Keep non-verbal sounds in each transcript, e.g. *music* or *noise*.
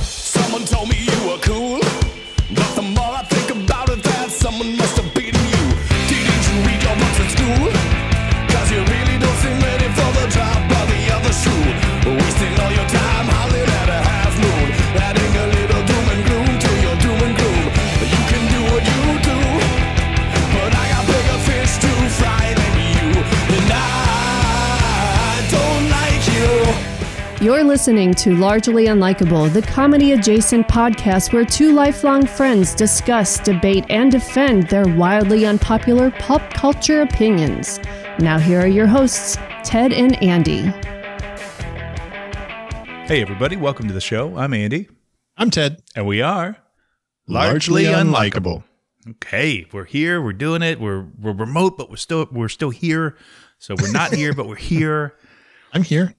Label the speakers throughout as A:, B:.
A: Someone told me you were cool, but the more I think about it, that someone must have beaten you. Didn't you read your books at school? Cause you really don't seem ready for the drop of the other shoe. Wasting all your time howling at a half moon, adding a little doom and gloom to your doom and gloom. You can do what you do, but I got bigger fish to fry than you, and I don't like you.
B: You're listening to Largely Unlikable, the comedy adjacent podcast where two lifelong friends discuss, debate, and defend their wildly unpopular pop culture opinions. Now, here are your hosts, Ted and Andy.
C: Hey, everybody, welcome to the show. I'm Andy,
D: I'm Ted.
C: and we are
D: Largely unlikable.
C: Okay, we're here. We're doing it. We're we're remote, but we're still we're still here. So we're not here, but we're here. *laughs*
D: I'm *laughs* here.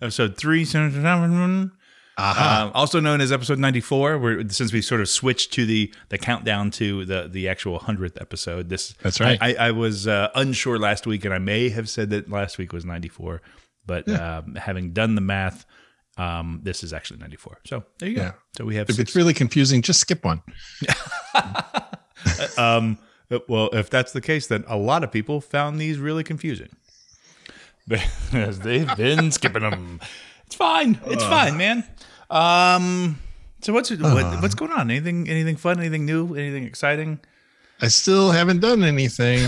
C: Episode three, um,
D: Aha.
C: also known as episode ninety four. Where since we sort of switched to the the countdown to the the actual hundredth episode. This
D: That's right.
C: I, I, I was uh, unsure last week, and I may have said that last week was ninety four, but um, having done the math. Um, this is actually 94. So there you go.
D: Yeah.
C: So we have
D: if
C: six
D: it's really confusing, just skip one.
C: Uh, Well, if that's the case, then a lot of people found these really confusing. Because they've been skipping them. It's fine. It's fine, man. Um, so what's what, what's going on? Anything anything fun? Anything new? Anything exciting?
D: I still haven't done *laughs* anything.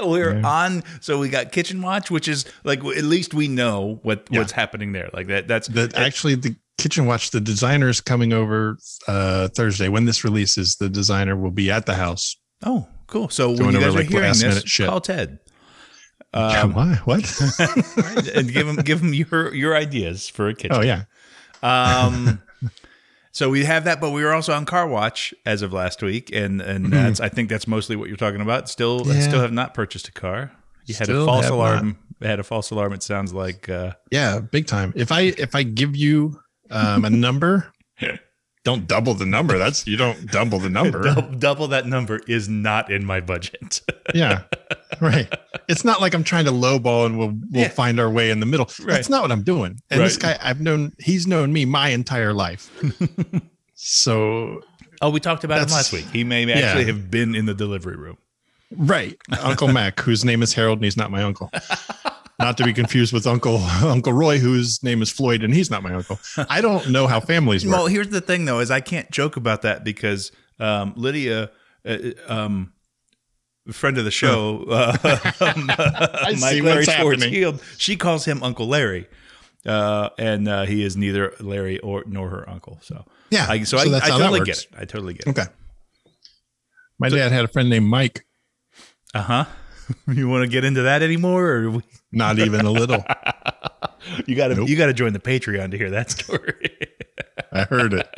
C: We're on. So we got Kitchen Watch, which is like w- at least we know what what's happening there. Like that. That's
D: that actually, the kitchen watch, the designer is coming over uh, Thursday. When this releases, the designer will be at the house.
C: oh cool. So when
D: Going
C: you
D: over,
C: guys are
D: like,
C: hearing
D: last
C: this,
D: minute shit.
C: call Ted
D: Yeah, why? What? *laughs*
C: and give him give him your your ideas for a kitchen.
D: oh, yeah.
C: Um, *laughs* so we have that, but we were also on Car Watch as of last week, and and that's I think that's mostly what you're talking about. Still, I
D: Yeah.
C: still have not purchased a car. You had a
D: Still
C: false
D: have
C: alarm. Had a false alarm. It sounds like uh, *laughs*
D: Yeah, big time. If I if I give you um, a *laughs* number, don't double the number. That's you don't *laughs* double the number.
C: dou- double that number is not in my budget. *laughs*
D: yeah right it's not like i'm trying to lowball and we'll we'll
C: Yeah.
D: find our way in the middle
C: Right.
D: that's not what i'm doing and this guy
C: Right.
D: i've known he's known me my entire life so
C: oh, we talked about him
D: That's-
C: last week. He may
D: yeah.
C: actually have been in the delivery room.
D: right uncle mac whose name is harold and he's not my uncle not to be confused with uncle *laughs* uncle roy whose name is floyd and he's not my uncle i don't know how families work
C: Well, here's the thing though, is I can't joke about that because um, Lydia, uh, um, friend of the show, *laughs* uh,
D: I
C: Mike
D: see
C: Larry
D: what's
C: Schwartz
D: happening.
C: Heald, she calls him Uncle Larry. Uh, and uh, he is neither Larry or nor her uncle. So
D: Yeah,
C: I, so,
D: so
C: I,
D: that's
C: I
D: how that
C: totally get
D: works.
C: it. I totally get it.
D: okay my dad had a friend named mike
C: Uh huh. *laughs* You want to get into that anymore, or we,
D: not even a little
C: you got to
D: Nope.
C: you got to join the Patreon to hear that story.
D: i heard it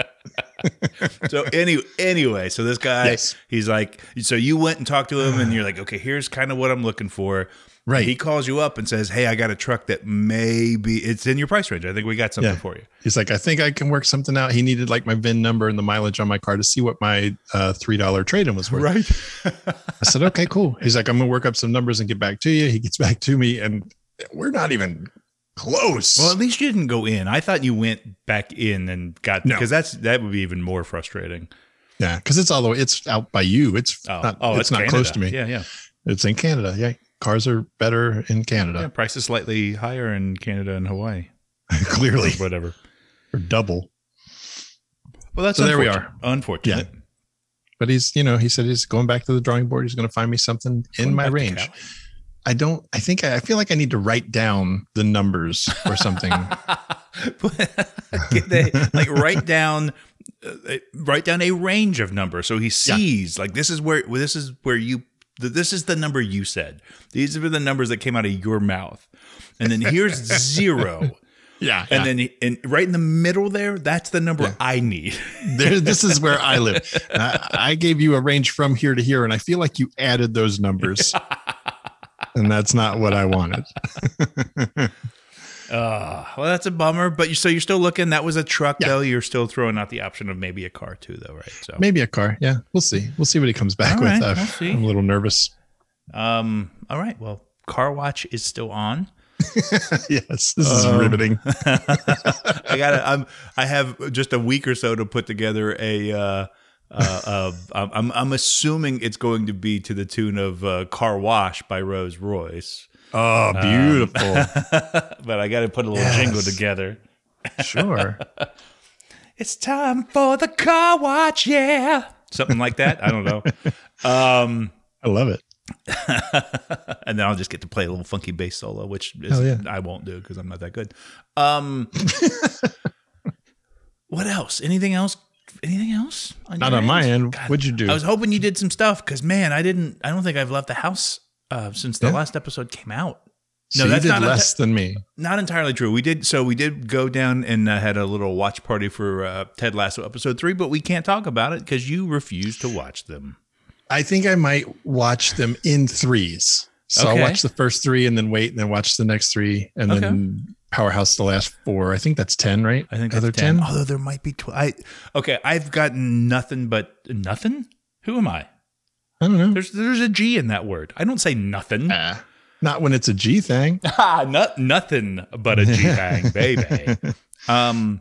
C: So anyway, anyway, so this guy,
D: Yes.
C: he's like, so you went and talked to him, and you're like, okay, here's kind of what I'm looking for.
D: Right.
C: He calls you up and says, hey, I got a truck that maybe it's in your price range. I think we got something
D: Yeah.
C: for you.
D: He's like, I think I can work something out. He needed like my VIN number and the mileage on my car to see what my uh, three dollar trade in was worth.
C: Right.
D: I said, okay, cool. He's like, I'm gonna work up some numbers and get back to you. He gets back to me, and we're not even close.
C: Well, at least you didn't go in. I thought you went back in and got
D: No.
C: because that's that would be even more frustrating.
D: yeah, because it's all the way. It's out by you. It's
C: Oh,
D: not.
C: oh,
D: it's, not
C: Canada.
D: close to me.
C: Yeah, yeah,
D: It's in Canada. Yeah, cars are better in
C: yeah.
D: Canada.
C: Prices slightly higher in Canada and Hawaii,
D: *laughs* Clearly,
C: whatever.
D: or double.
C: Well, that's
D: So there we
C: unfortunate- Unfortunate.
D: But he's, you know, he said he's going back to the drawing board. He's going to find me something in my
C: Back to
D: range.
C: Cali.
D: I don't. I think I, I feel like I need to write down the numbers
C: *laughs*
D: or something.
C: Get the- like write down uh, write down a range of numbers so he sees like this is where well, this is where you th- this is the number you said these are the numbers that came out of your mouth and then
D: *laughs*
C: here's zero
D: yeah,
C: and then he- and right in the middle there that's the number i need *laughs*
D: there, this is where I live. And I, I gave you a range from here to here, and I feel like you added
C: *laughs*
D: those numbers. and that's not what I wanted.
C: uh, well that's a bummer but you so you're still looking that was a truck
D: Yeah.
C: though you're still throwing out the option of maybe a car too though right so
D: Maybe a car. Yeah, we'll see. We'll see what he comes back
C: All
D: with.
C: right,
D: Uh,
C: we'll see. *laughs*
D: I'm a little nervous.
C: Um, all right. Well, Car Watch is still on.
D: yes, this is *laughs* riveting.
C: I got. to I'm. I have just a week or so to put together a. Uh, uh, uh, I'm- I'm I'm assuming it's going to be to the tune of uh, "Car Wash" by Rose Royce,
D: Oh, beautiful.
C: but I got to put a little
D: Yes.
C: jingle together.
D: sure.
C: It's time for the car watch, yeah, something like that. I don't
D: *laughs*
C: know,
D: I love it.
C: and then I'll just get to play a little funky bass solo, which is,
D: Hell yeah.
C: I won't do because I'm not that good.
D: *laughs*
C: Um, what else? Anything else? Anything else?
D: Not
C: your
D: on my
C: end?
D: end. What'd you do?
C: I was hoping you did some stuff because man, I didn't. I don't think I've left the house uh, since the
D: Yeah.
C: last episode came out.
D: So
C: no,
D: you
C: that's
D: did
C: not a-
D: less than me.
C: Not entirely true. We did so. We did go down and uh, had a little watch party for uh, Ted Lasso episode three, but we can't talk about it because you refuse to watch them.
D: I think I might watch them in threes. So
C: Okay.
D: I'll watch the first three and then wait and then watch the next three and then powerhouse the last four. I think that's 10, right?
C: I think
D: Other
C: that's ten. Although there might be twelve. I, okay, I've gotten nothing but nothing. Who am I?
D: I don't know.
C: There's there's a G in that word. I don't say nothing.
D: Ah, not when it's a G thing.
C: Ah, *laughs* not nothing but a
D: *laughs*
C: G bang, baby. Um,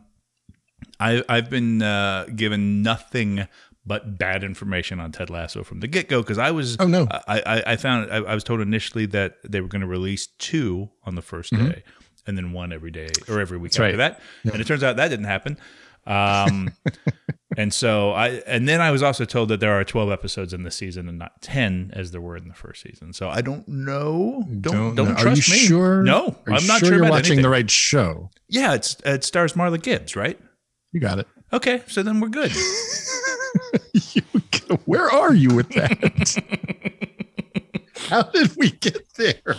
C: I I've been uh, given nothing but bad information on Ted Lasso from the get go because I was
D: Oh, no.
C: I I, I found I, I was told initially that they were going to release two on the 1st day and then one every day or every week after
D: Mm-hmm. right.
C: that and it turns out that didn't happen. Um, and so I and then I was also told that there are 12 episodes in this season and not 10 as there were in the first season. So I don't know. Don't don't,
D: know.
C: trust
D: Are you
C: me.
D: sure?
C: No,
D: Are you
C: I'm not sure,
D: you're
C: about
D: watching
C: anything.
D: the right show.
C: Yeah, it's it stars Marla Gibbs, right?
D: You got it. *laughs*
C: Okay, so then we're good.
D: Where are you
C: *laughs*
D: with that? How did we get there?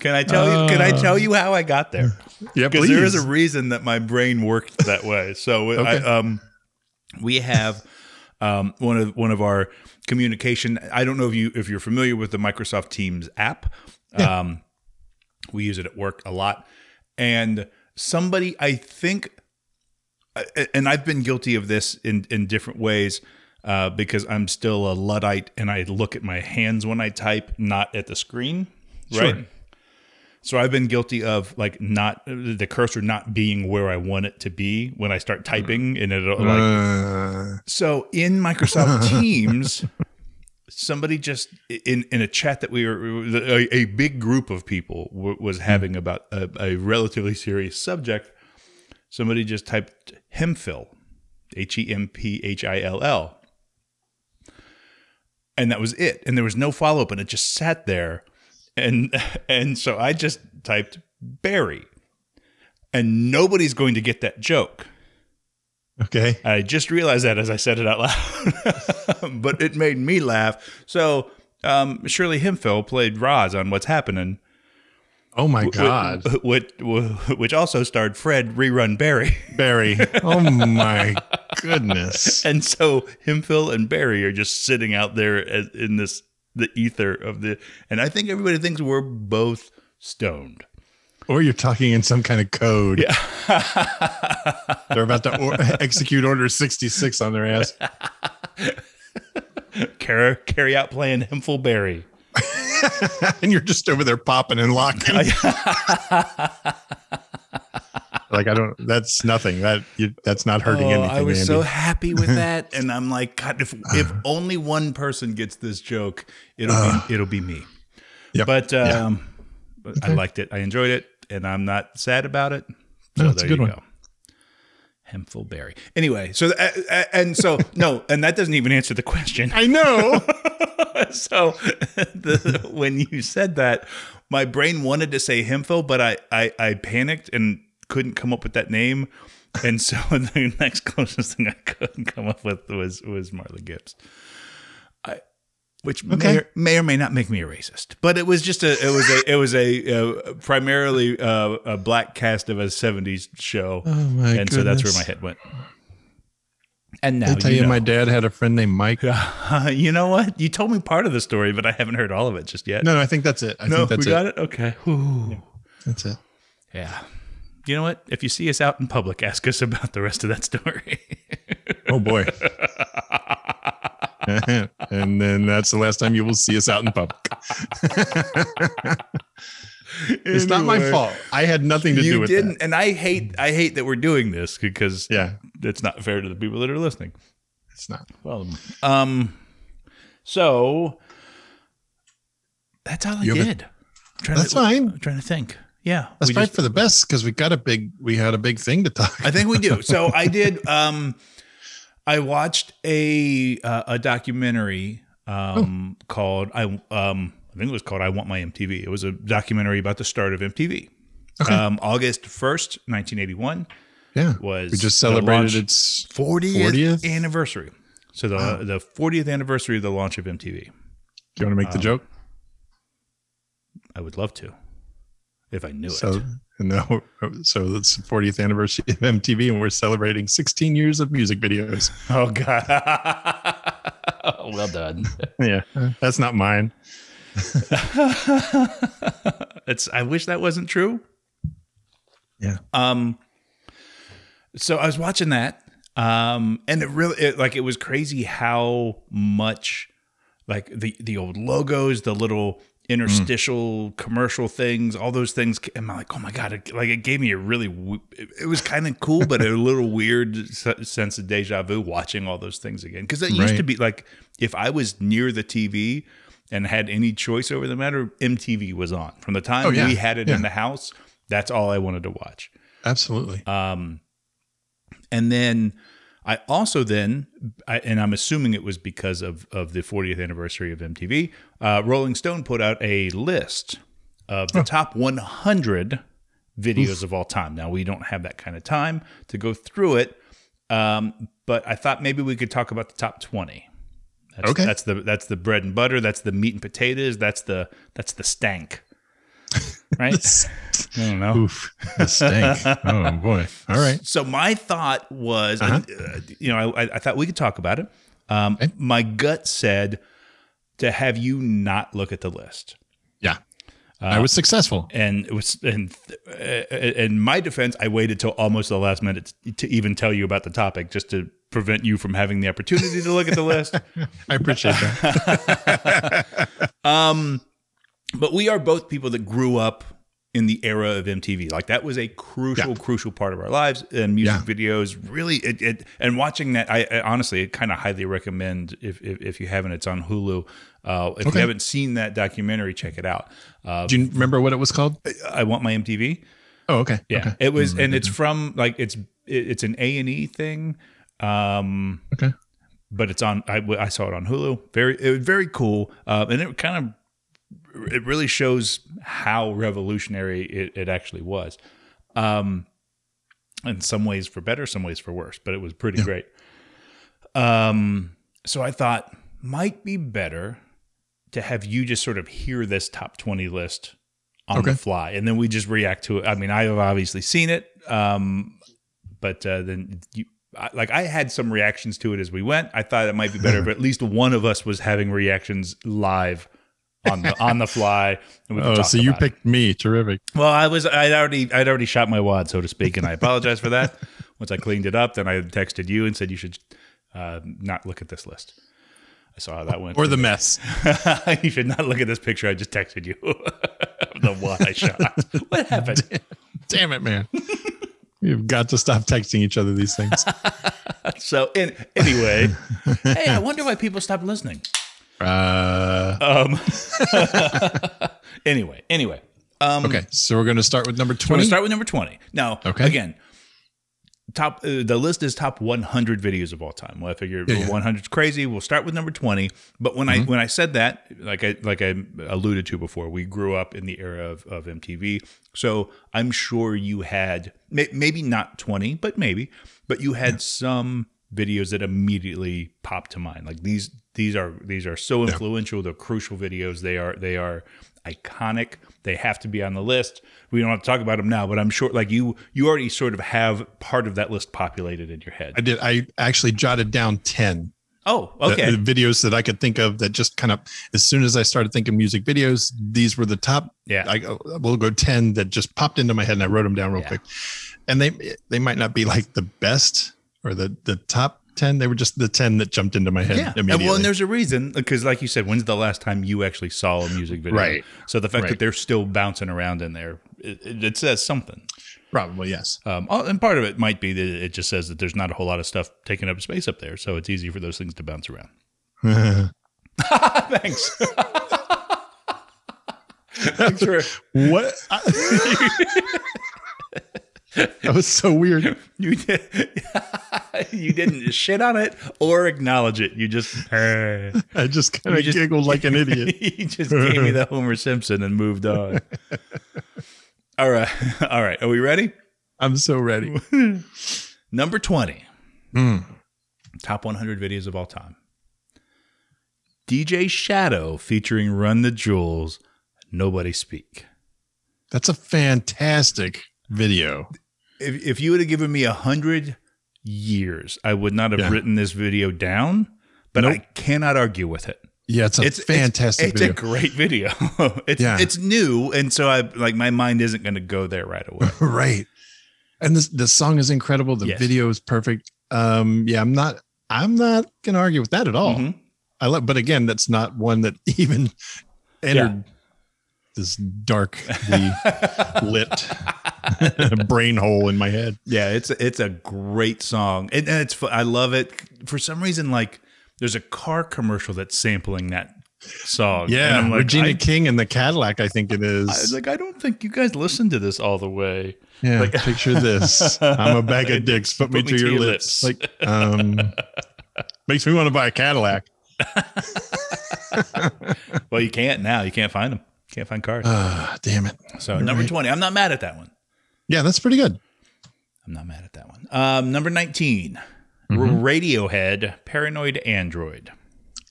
C: Can I tell you? Can I
D: Uh,
C: tell you how I got there?
D: Yeah,
C: Because there is a
D: please.
C: reason that my brain worked that way. So I,
D: *laughs* Okay.
C: um, we have um, one of one of our communication. I don't know if you if you're familiar with the Microsoft Teams app. Um, we use it at work a lot, and somebody I think, and I've been guilty of this in in different ways. Uh, because I'm still a luddite, and I look at my hands when I type, not at the screen, right?
D: Sure.
C: So I've been guilty of like not the cursor not being where I want it to be when I start typing, and it'll like
D: Uh,
C: so in Microsoft Teams, somebody just in in a chat that we were a, a big group of people w- was having about a, a relatively serious subject. Somebody just typed hemphill, H E M P H I L L, and that was it. And there was no follow up, and it just sat there. And *laughs* and so I just typed Barry, and nobody's going to get that joke.
D: okay.
C: I just realized that as I said it out loud, *laughs* but it made me laugh. So um, Shirley Hemphill played Roz on What's Happening, *laughs*
D: Oh my God.
C: which, *laughs* which also starred Fred rerun Barry, *laughs*
D: Barry. Oh my goodness.
C: and so Hemphill and Barry are just sitting out there as, in this the ether of the, and I think everybody thinks we're both stoned.
D: Or you're talking in some kind of code. *laughs* They're about to or- *laughs* execute Order 66 on their ass. *laughs*
C: Carry, carry out playing Hemphill Barry.
D: And you're just over there popping and locking. *laughs*
C: *laughs*
D: like, I don't, that's nothing. That you, That's not hurting
C: Oh,
D: anything.
C: I was
D: Andy.
C: so happy
D: *laughs*
C: with that, and I'm like, God, if
D: Uh-huh.
C: if only one person gets this joke, it'll be, it'll be me.
D: Uh-huh. Yep.
C: But
D: Yeah.
C: um, but I liked it. I enjoyed it, and I'm not sad about it. So
D: No, it's a
C: there
D: good
C: you
D: one.
C: go. Hemphill Berry. Anyway, so uh, uh, and
D: *laughs*
C: so no, and that doesn't even answer the question.
D: I know.
C: *laughs* so *laughs* the, when you said that, my brain wanted to say Hemphill, but I, I I panicked and couldn't come up with that name. And so *laughs* the next closest thing I could come up with was was Marla Gibbs. I which may,
D: Okay.
C: or, may or may not make me a racist, but it was just a it was a it was a uh, primarily uh, a black cast of a '70s show,
D: Oh my
C: and so that's where
D: goodness.
C: my head went. And now
D: I tell you,
C: know.
D: my dad had a friend named Mike. No,
C: Uh, you know what? You told me part of the story, but I haven't heard all of it just yet.
D: no, I think that's it. I
C: no,
D: think
C: we
D: that's
C: got
D: it.
C: it. Okay. Whew.
D: That's it.
C: Yeah. You know what? If you see us out in public, ask us *laughs* about the rest of that story. *laughs*
D: Oh boy. *laughs* and then that's the last time you will see us out in public. *laughs* It's not my
C: Anyway.
D: fault. I had nothing to do
C: You
D: with
C: didn't,
D: that.
C: and I hate I hate that we're doing this because
D: Yeah,
C: it's not fair to the people that are listening.
D: it's not.
C: Well, um, so that's all I
D: You have a-
C: did. I'm trying
D: That's fine.
C: I'm trying to think. Yeah,
D: That's
C: we
D: probably
C: just-
D: for the best because we got a big we had a big thing to talk.
C: I think we do. So I did. Um, I watched a uh, a documentary um, called I um, I think it was called I Want My MTV. It was a documentary about the start of MTV. Um, August first, nineteen eighty one,
D: yeah,
C: was
D: we just
C: the
D: celebrated
C: launch-
D: its
C: 40th,
D: 40th?
C: anniversary. So the the fortieth anniversary of the launch of MTV.
D: Do you want to make the joke?
C: I would love to, if I knew
D: So
C: it.
D: no, so it's the 40th anniversary of MTV, and we're celebrating 16 years of music videos.
C: *laughs* Oh God! *laughs* well done.
D: *laughs* yeah, that's not mine.
C: It's. I wish that wasn't true.
D: Yeah,
C: Um, so I was watching that, um, and it really it, like it was crazy how much like the the old logos, the little interstitial commercial things, all those things. And I'm like, oh my god! It, like it gave me a really w- it, it was kind of cool,
D: *laughs*
C: but a little weird s- sense of deja vu watching all those things again because it used
D: Right.
C: to be like if I was near the TV. And had any choice over the matter, MTV was on. From the time
D: Oh, yeah.
C: we had it
D: Yeah.
C: in the house, that's all I wanted to watch.
D: absolutely.
C: Uh, And then I also then, I, and I'm assuming it was because of, of the 40th anniversary of MTV, uh, Rolling Stone put out a list of the top 100 videos of all time. Now, we don't have that kind of time to go through it, um, but I thought maybe we could talk about the top 20. That's,
D: Okay.
C: that's the that's the bread and butter. That's the meat and potatoes. That's the that's the stank, right? I don't know.
D: Oof,
C: *laughs*
D: the stank. oh boy. All right.
C: So my thought was, uh, you know, I, I thought we could talk about it. Um,
D: Okay.
C: My gut said to have you not look at the list,
D: Yeah, I was successful.
C: Uh, and it was and uh, in my defense, I waited till almost the last minute to, to even tell you about the topic, just to prevent you from having the opportunity to look at the list.
D: I appreciate that.
C: But we are both people that grew up in the era of MTV. Like that was a crucial,
D: Yeah.
C: crucial part of our lives. And music
D: Yeah.
C: videos really, it, it and watching that, I, I honestly kind of highly recommend if, if if you haven't, it's on Hulu. Uh, if
D: Okay.
C: you haven't seen that documentary, check it out. *laughs* Uh,
D: Do you remember what it was called?
C: I want my MTV.
D: Oh, okay.
C: Yeah,
D: Okay.
C: it was, and it's
D: Mm-hmm.
C: from like it's it, it's an A and E thing. Um,
D: okay.
C: but it's on. I, I saw it on Hulu. Very, it was very cool, uh, and it kind of it really shows how revolutionary it, it actually was. Um, in some ways for better, some ways for worse, but it was pretty great. Um, so I thought might be better to have you just sort of hear this top twenty list on the
D: Okay.
C: fly, and then we just react to it. I mean, I have obviously seen it. Um, but uh, then you I, like I had some reactions to it as we went. I thought it might be
D: *laughs*
C: better if at least one of us was having reactions live on the on the fly. And we could
D: Oh,
C: talk
D: so you
C: about it.
D: picked me. Terrific.
C: Well, I was I'd already I'd already shot my wad, so to speak,
D: *laughs*
C: and I apologize for that. Once I cleaned it up, then I texted you and said you should uh, not look at this list. I saw how that went.
D: Or the mess.
C: *laughs* you should not look at this picture. I just texted you *laughs* the wad I
D: *laughs*
C: shot. What happened?
D: Damn it,
C: *laughs*
D: man. You've got to stop texting each other these things.
C: So, in,
D: *laughs*
C: anyway, hey, I wonder why people stopped listening.
D: Uh,
C: Um, *laughs* Anyway, anyway, Um,
D: okay. So we're going to start with number
C: we're
D: 20.
C: gonna start with number twenty. Now,
D: Okay.
C: again, top uh, the list is top one hundred videos of all time. Well, I figure
D: yeah. Mm-hmm.
C: one hundred's crazy. We'll start with number twenty. But when I when I said that, like I like I alluded to before, we grew up in the era of, of MTV. So I'm sure you had may, maybe not twenty, but maybe, but you had some videos that immediately popped to mind. Like these these are these are so influential. They're crucial videos. They are they are iconic. They have to be on the list. We don't have to talk about them now, but I'm sure like you you already sort of have part of that list populated in your
D: I
C: head.
D: did. I actually jotted down 10
C: Oh,
D: the-
C: okay.
D: the videos that I could think of that just kind of, as soon as I started thinking music videos, these were the top.
C: Yeah.
D: I will go 10 that just popped into my head and I wrote them down real quick. And they, they might not be like the best or the, the top ten? They were just the ten that jumped into my head
C: Yeah. And
D: immediately.
C: well, and there's a reason because, like you said, when's the last time you actually saw a music video?
D: Right.
C: So the fact that
D: Right.
C: they're still bouncing around in there, it, it, it says something. *laughs*
D: Probably yes.
C: Um, oh, and part of it might be that it just says that there's not a whole lot of stuff taking up space up there, so it's easy for those things to bounce *laughs* around. Thanks. Thanks for
D: What? I- *laughs* that was so weird.
C: *laughs* you did. *laughs* you didn't shit on it or acknowledge it. You just *laughs* you
D: I just kind of
C: just-
D: giggled
C: *laughs*
D: like an idiot.
C: just gave me *laughs* the Homer Simpson and moved on. All right, *laughs* all right. Are we ready?
D: I'm
C: *laughs*
D: so ready.
C: Number 20.
D: Hmm.
C: Top 100 videos of all time. DJ Shadow featuring Run the Jewels, Nobody Speak.
D: That's a fantastic video.
C: If, if you would have given me a 100 years, I would not have
D: Yeah.
C: written this video down, but I cannot argue with it.
D: Yeah, it's a fantastic
C: It's,
D: video.
C: a great video. *laughs* it's
D: Yeah.
C: it's new, and so I like my mind isn't going to go there right away.
D: right. And this the song is incredible. The
C: Yes.
D: video is perfect. Um, yeah, I'm not I'm not gonna argue with that at all.
C: Mhm.
D: I love but again, that's not one that *laughs* even entered this darkly *laughs* lit *laughs* brain hole in my head.
C: Yeah, it's it's a great song, and, and it's fu- I love it. For some reason, like there's a car commercial that's sampling that song.
D: Yeah,
C: and I'm like,
D: Regina
C: I,
D: King and the Cadillac, I think it is.
C: I was like I don't think you guys listen to this all the way.
D: Yeah, picture *laughs* this. I'm a bag of dicks. Put, me, to your,
C: lips.
D: lips. Like, *laughs* um, makes me want to buy a Cadillac.
C: Well, you can't now. You can't find them. Can't find cars.
D: Ah, damn it.
C: so number twenty, I'm not mad at that one.
D: Yeah, that's pretty good.
C: I'm not mad at that one. Um, number 19
D: Mm-hmm.
C: Radiohead, Paranoid Android.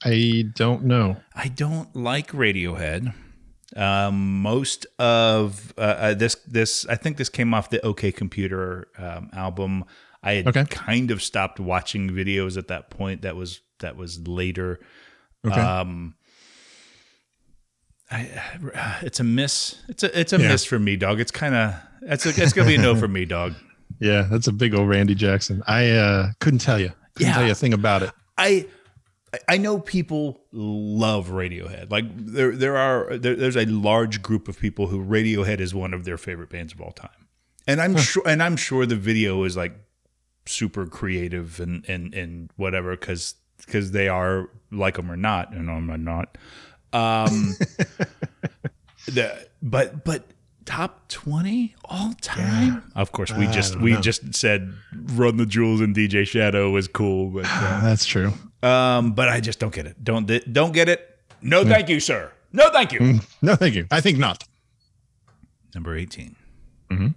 D: I don't know.
C: I don't like Radiohead. Um, most of uh, uh, this, this I think this came off the OK Computer um, album. I had
D: Okay.
C: kind of stopped watching videos at that point. That was that was later.
D: Okay.
C: Um, I, uh, it's a miss. It's a it's a
D: Yeah.
C: miss for me, dog. It's kind of it's a, it's gonna be a no for me, dog.
D: yeah, that's a big old Randy Jackson. I uh, couldn't tell you. Couldn't
C: Yeah.
D: tell you a thing about it.
C: I I know people love Radiohead. Like there there are there, there's a large group of people who Radiohead is one of their favorite bands of all time. And I'm sure and I'm sure the video is like super creative and and and whatever cuz cuz they are like them or not and I'm not.
D: *laughs*
C: Um the but but top 20 all time of course we just
D: don't
C: we
D: know.
C: just said run the jewels and dj shadow was cool but uh,
D: That's true.
C: um, but I just don't get it. Don't don't get it. No, thank you, sir. No, thank you.
D: No, thank you. I think not.
C: Number 18
D: Mm-hmm.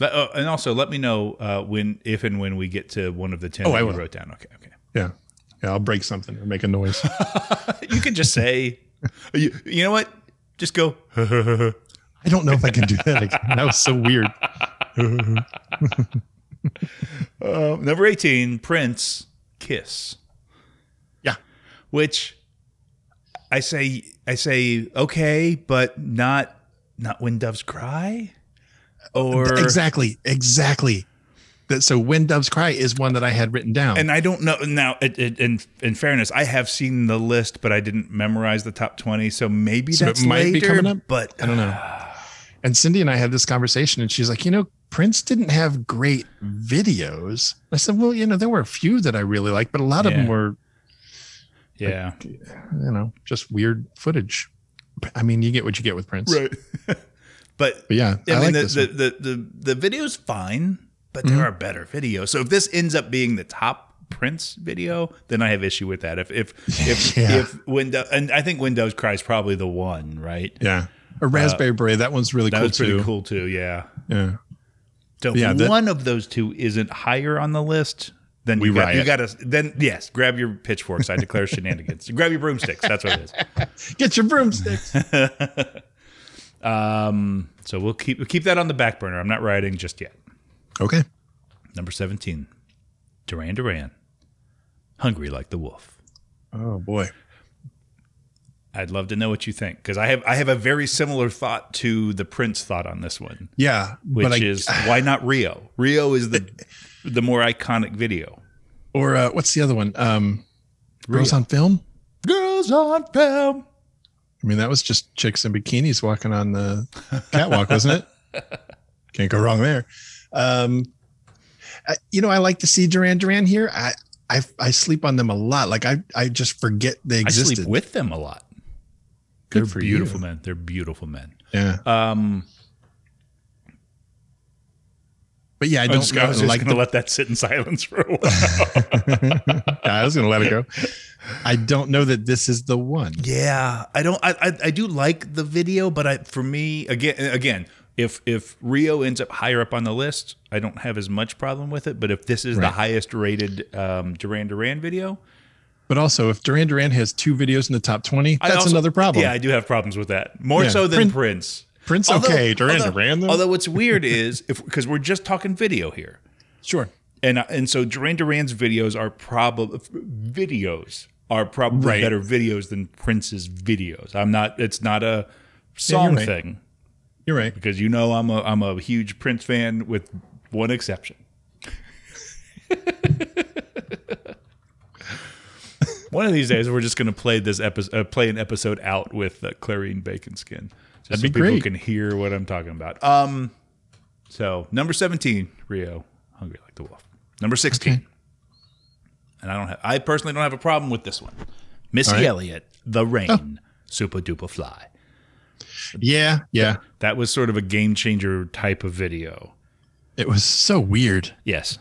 C: But, oh, and also, let me know uh, when, if and when we get to one of the ten.
D: Oh,
C: that
D: I
C: you
D: will.
C: wrote down. Okay, okay.
D: Yeah. Yeah, I'll break something or make a noise.
C: You can just say, you, you know what? Just go.
D: *laughs*
C: *laughs*
D: Oh. I don't know if I can do that again. *laughs* That was so weird.
C: Uh, number eighteen, Prince, kiss.
D: Yeah.
C: Which I say, I say, okay, but not not when doves cry, or
D: Exactly. Exactly. That so when doves cry is one that I had written down.
C: and I don't know now. It, it, in in fairness, I have seen the list, but I didn't memorize the top twenty, so maybe
D: So it
C: that's
D: might be
C: later.
D: coming up?
C: But
D: I don't know. *sighs* And Cindy and I had this conversation, and she's like, you know, Prince didn't have great videos. I said, well, you know, there were a few that I really liked, but a lot of them
C: Yeah.
D: were,
C: yeah,
D: you know, just weird footage. I mean, you get what you get with
C: *laughs*
D: Prince.
C: right. *laughs* but
D: But yeah,
C: I,
D: I,
C: mean,
D: like
C: the,
D: this
C: the,
D: one. Mm-hmm.
C: the the the video's fine, but there are better videos. So if this ends up being the top Prince video, then I have issue with that. If
D: *laughs*
C: if if
D: Yeah.
C: if window and I think Windows Cry is probably the one, right?
D: Yeah. Or Raspberry Beret. That one's really
C: That
D: cool
C: was pretty
D: too.
C: cool too. Yeah.
D: Yeah.
C: So
D: Yeah,
C: if
D: that-
C: one of those two isn't higher on the list, then
D: We
C: you got, you
D: riot.
C: got to then yes, grab your pitchforks. I
D: *laughs*
C: declare shenanigans. Grab your broomsticks. That's what it is.
D: Get your *laughs* broomsticks.
C: Um, so we'll keep we'll keep that on the back burner. I'm not rioting just yet.
D: okay.
C: Number seventeen, Duran Duran, hungry like the wolf.
D: Oh boy.
C: I'd love to know what you think because I have I have a very similar thought to the Prince thought on this one,
D: Yeah.
C: which
D: *laughs* but I,
C: is why not Rio? Rio is the the more iconic video.
D: or uh, what's the other one? Um, Girls on Film.
C: Girls on film.
D: I mean, that was just chicks in bikinis walking on the catwalk, wasn't it?
C: *laughs*
D: Can't go wrong there. Um, I, you know, I like to see Duran Duran here. I, I I sleep on them a lot. Like I I just forget they
C: I
D: existed.
C: sleep with them a lot.
D: Good
C: They're
D: for you.
C: beautiful men. They're beautiful men.
D: Yeah.
C: Um,
D: but yeah, I
C: I,
D: don't
C: just, I was just
D: like
C: gonna *laughs* let that sit in silence for a while.
D: *laughs* I was going to let it go. I don't know that this is the one.
C: *laughs* Yeah, I don't. I, I I do like the video, but I for me again again if if Rio ends up higher up on the list, I don't have as much problem with it. But if this is the
D: Right.
C: highest rated um, Duran Duran video,
D: But also, if Duran Duran has two videos in the top 20,
C: I
D: that's
C: also-
D: another problem.
C: Yeah, I do have problems with that more
D: Yeah.
C: so than
D: Prin-
C: Prince.
D: Prince,
C: Although-
D: okay. Duran
C: although-
D: Duran, though.
C: Although what's weird is if because we're just talking video here,
D: sure.
C: and uh, and so Duran Duran's videos are probably videos are probably
D: Right.
C: better videos than Prince's videos. I'm not. It's not a
D: Yeah, you're
C: song
D: right.
C: thing.
D: You're right.
C: because you know I'm a I'm a huge Prince fan with one exception. *laughs* one of these days, we're just going to play this episode, uh, play an episode out with uh, Clarine Bacon Skin, just so
D: be
C: people
D: great.
C: can hear what I'm talking about. Um, so number seventeen, Rio, Hungry Like the Wolf. Number sixteen, and I don't have, I personally don't have a problem with this one. Missy
D: right. Oh.
C: Elliott, The Rain, Super Duper Fly
D: Yeah. Yeah.
C: that was sort of a game changer type of video.
D: It was so weird.
C: Yes.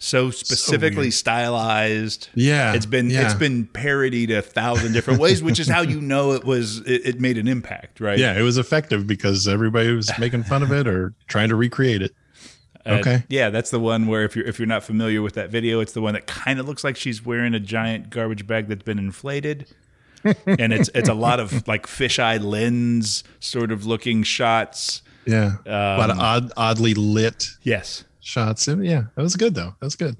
C: So specifically stylized.
D: Yeah,
C: It's been
D: yeah.
C: it's been parodied a thousand different ways, which is how
D: *laughs*
C: you know it was it, it made an impact, right?
D: Yeah. It was effective because everybody
C: *laughs*
D: was making fun of it or trying to recreate it.
C: Uh,
D: Okay.
C: yeah, that's the one where if you're if you're not familiar with that video, it's the one that kind of looks like she's wearing a giant garbage bag that's been inflated. and it's it's a lot of like fisheye lens sort of looking shots.
D: Yeah. a lot
C: um,
D: of odd, oddly lit
C: Yes.
D: shots. Yeah. That was good, though. That was good.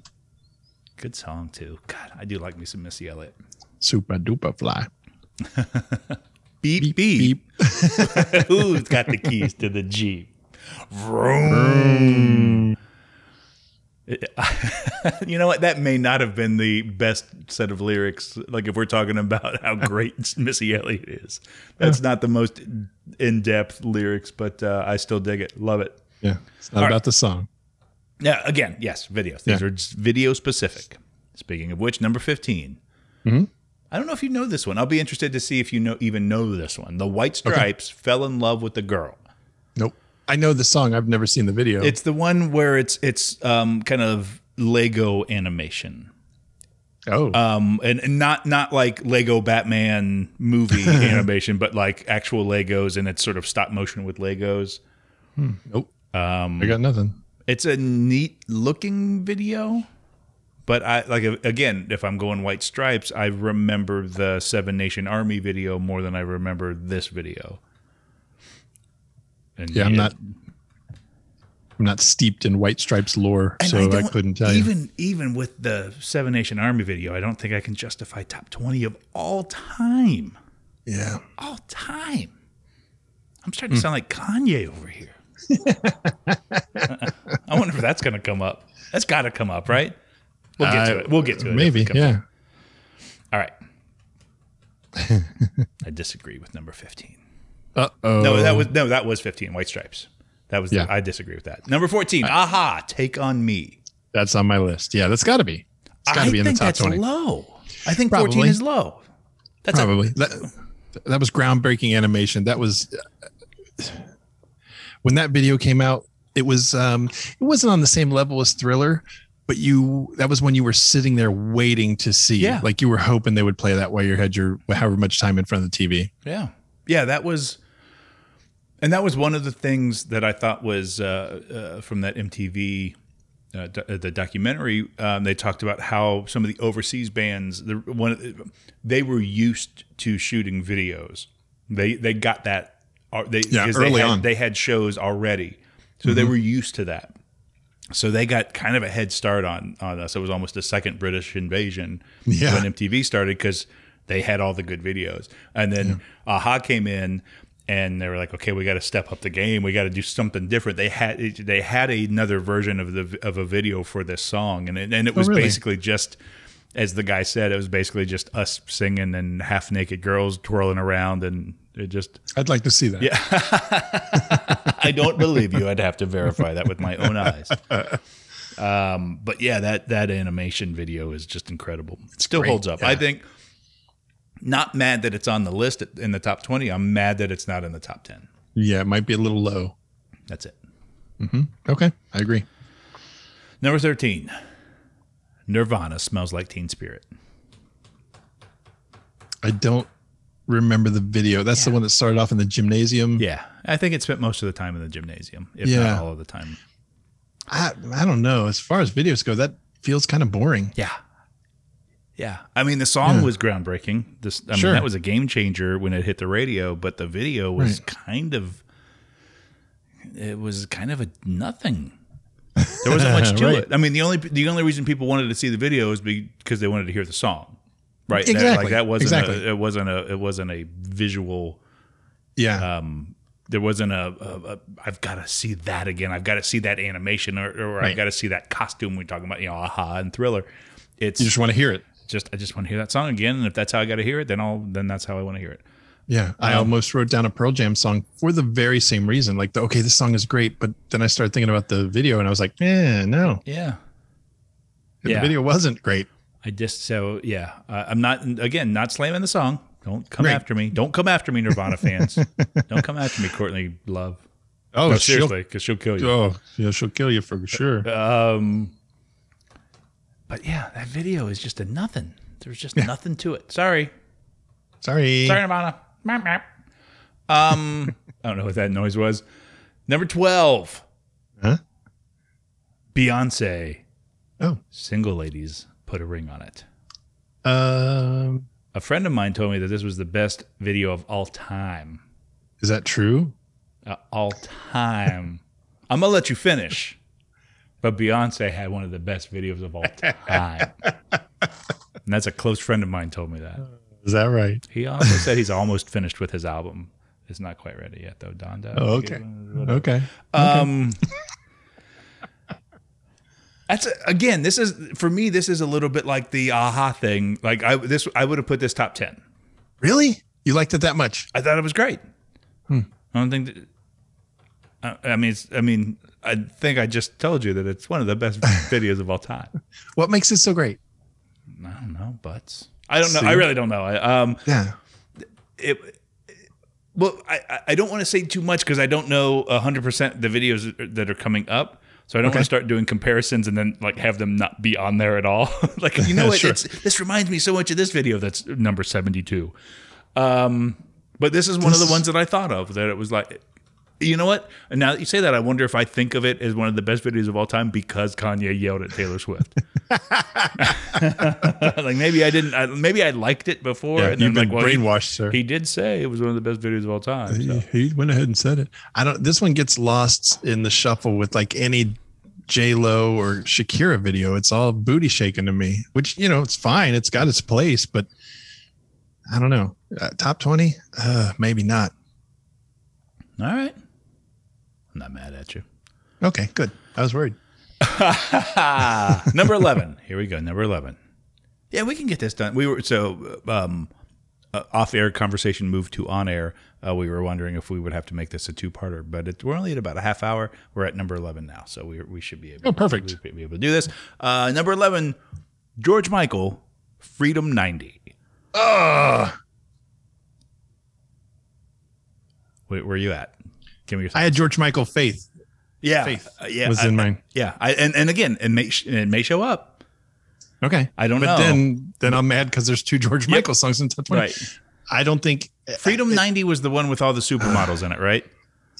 C: Good song too. God, I do like me some Missy Elliott.
D: Super duper fly.
C: Beep beep.
D: Beep.
C: Who's got the keys to the Jeep? Vroom. you know what? That may not have been the best set of lyrics. Like if we're talking about how great Missy Elliott is, that's not the most in-depth lyrics, but uh, I still dig it. Love it.
D: Yeah. It's not
C: All right.
D: about the song.
C: Yeah. Again, yes, videos. These
D: Yeah.
C: are just video specific. Speaking of which, number 15 I don't know if you know this one. I'll be interested to see if you know even know this one. The White Stripes fell in love with the girl.
D: Nope. I know the song. I've never seen the video.
C: It's the one where it's it's um, kind of Lego animation,
D: oh.
C: um, and, and not not like Lego Batman
D: *laughs*
C: movie animation, but like actual Legos, and it's sort of stop motion with Legos.
D: nope. Um, I got nothing.
C: It's a neat looking video, but I like again, if I'm going White Stripes, I remember the Seven Nation Army video more than I remember this video. And
D: Yeah, I'm
C: it-
D: not. I'm not steeped in White Stripes lore,
C: And
D: so I,
C: don't-
D: couldn't tell you.
C: Even even with the Seven Nation Army video, I don't think I can justify top twenty of all time.
D: Yeah,
C: All time. I'm starting
D: Hmm.
C: to sound like Kanye over here. *laughs* I wonder if that's going to come up. That's got to come up, right? We'll get to
D: I-
C: it. We'll get to it. if
D: maybe.
C: it comes
D: Yeah,
C: All
D: *laughs*
C: right. I disagree with number fifteen.
D: uh oh.
C: No, that was no, that was fifteen. White Stripes. That was.
D: Yeah.
C: I disagree with that. Number fourteen. aha! Take on me.
D: that's on my list. Yeah, that's got to be. It's got to be in the top
C: that's
D: twenty.
C: low. I think fourteen
D: Probably.
C: is low. That's a-
D: Probably. That, that was groundbreaking animation. That was uh, when that video came out. It was. Um, it wasn't on the same level as Thriller, but you. That was when you were sitting there waiting to see.
C: Yeah.
D: Like you were hoping they would play that while you had your however much time in front of the TV.
C: yeah, yeah. That was, and that was one of the things that I thought was uh, uh, from that MTV. Uh, do- uh, the documentary um, they talked about how some of the overseas bands the one of the- they were used to shooting videos they they got that uh, they
D: Yeah,
C: 'cause they had-
D: early on. Mm-hmm.
C: they had shows already so they were used to that so they got kind of a head start on on us. It was almost a second British invasion
D: Yeah.
C: when MTV started because they had all the good videos, and then Aha uh, came in and they were like, okay, we got to step up the game. We got to do something different. They had they had another version of the of a video for this song, and it, and it was
D: really?
C: basically just as the guy said, it was basically just us singing and half naked girls twirling around, and it just
D: I'd like to see that. Yeah.
C: *laughs* I don't believe you. I'd have to verify that with my own eyes. Um, but yeah, that that animation video is just incredible. It still
D: great,
C: holds up. I think not mad that it's on the list in the top 20. I'm mad that it's not in the top 10.
D: yeah, it might be a little low.
C: That's it.
D: Okay, I agree.
C: Number 13. Nirvana smells like Teen Spirit.
D: I don't remember the video. That's the one that started off in the gymnasium.
C: Yeah. I think it spent most of the time in the gymnasium, if
D: Yeah.
C: not all of the time.
D: I, I don't know. As far as videos go, that feels kind of boring.
C: Yeah. Yeah. I mean, the song was groundbreaking. This, I
D: Sure.
C: mean, that was a game changer when it hit the radio, but the video was kind of, it was kind of a
D: *laughs*
C: nothing. There wasn't much to
D: Right.
C: it. I mean, the only, the only reason people wanted to see the video is because they wanted to hear the song. Right. That-
D: Exactly.
C: like that wasn't,
D: Exactly.
C: a, it wasn't a, it wasn't a visual,
D: Yeah.
C: Um, there wasn't a, a, a I've got to see that again. I've got to see that animation or, or
D: Right.
C: I've got to see that costume we're talking about, you know, aha and thriller. It's
D: you just want to hear it.
C: just I just want to hear that song again. And if that's how I got to hear it, then I'll then that's how I want to hear it.
D: Yeah, I almost wrote down a Pearl Jam song for the very same reason. Like, the, okay, this song is great, but then I started thinking about the video, and I was like, eh, no,
C: Yeah,
D: the
C: Yeah.
D: video wasn't great.
C: I just so yeah. Uh, I'm not again not slamming the song. Don't come
D: Right.
C: after me. Don't come after me, Nirvana
D: *laughs*
C: fans. Don't come after me, Courtney Love.
D: Oh,
C: No,
D: she'll-
C: seriously, Uh, because she'll kill you.
D: Oh, yeah, she'll kill you for sure.
C: But yeah, that video is just a nothing. There's just nothing to it. Sorry,
D: Sorry.
C: sorry, Nirvana. Meow, meow. Um, I don't know what that noise was. Number twelve.
D: Huh?
C: Beyonce.
D: Oh,
C: Single ladies put a ring on it.
D: um,
C: A friend of mine told me that this was the best video of all time.
D: is that true?
C: Uh, all time. *laughs* I'm going to let you finish. But Beyonce had one of the best videos of all
D: *laughs*
C: time. and that's a close friend of mine told me that.
D: Is that right?
C: He also said he's almost finished with his album. It's not quite ready yet, though, Donda.
D: Oh, okay. Okay.
C: Um, that's again. This is for me. This is a little bit like the aha thing. Like I this, I would have put this top ten.
D: Really? You liked it that much?
C: I thought it was great. I don't think. That, I, I mean, it's, I mean, I think I just told you that it's one of the best *laughs* videos of all time.
D: What makes it so great?
C: I don't know, but I don't know. I really don't know. I, um,
D: Yeah.
C: it. Well, I- I, I don't want to say too much because I don't know 100% the videos that are coming up. So I don't want to start doing comparisons and then like have them not be on there at all. *laughs* like, you
D: *laughs*
C: know what?
D: Sure.
C: It's, this reminds me so much of this video that's number 72. But this is one of
D: This-
C: the ones that I thought of that it was like, you know what? And now that you say that, I wonder if I think of it as one of the best videos of all time because Kanye yelled at Taylor
D: *laughs*
C: Swift. *laughs* like maybe I didn't. I, maybe I liked it before.
D: Yeah,
C: and
D: you've
C: then
D: been
C: like, well, he-
D: brainwashed, sir.
C: He did say it was one of the best videos of all time. So.
D: He he went ahead and said it. I don't. This one gets lost in the shuffle with like any J Lo or Shakira video. It's all booty shaking to me, which you know it's fine. It's got its place, but I don't know. Uh, top twenty, uh, maybe not.
C: All right, I'm not mad at you.
D: Okay, good. I was worried.
C: *laughs* number 11 here we go number 11 yeah we can get this done we were so um uh, off-air conversation moved to on-air uh, we were wondering if we would have to make this a two-parter but it, we're only at about a half hour we're at number 11 now so we, we should be able
D: Oh, perfect.
C: we should be able to do this uh, number 11 george michael freedom 90 Wait, where are you at give me your
D: I had George Michael Faith
C: yeah
D: Faith
C: uh, yeah
D: was
C: I-
D: in mine.
C: yeah I, and, and again it may, sh- it may show up
D: Okay,
C: I don't
D: but
C: know.
D: Then then I'm mad because there's two George Michael songs in top twenty.
C: Right.
D: I don't think
C: Freedom 90 was the one with all the supermodels in it, right?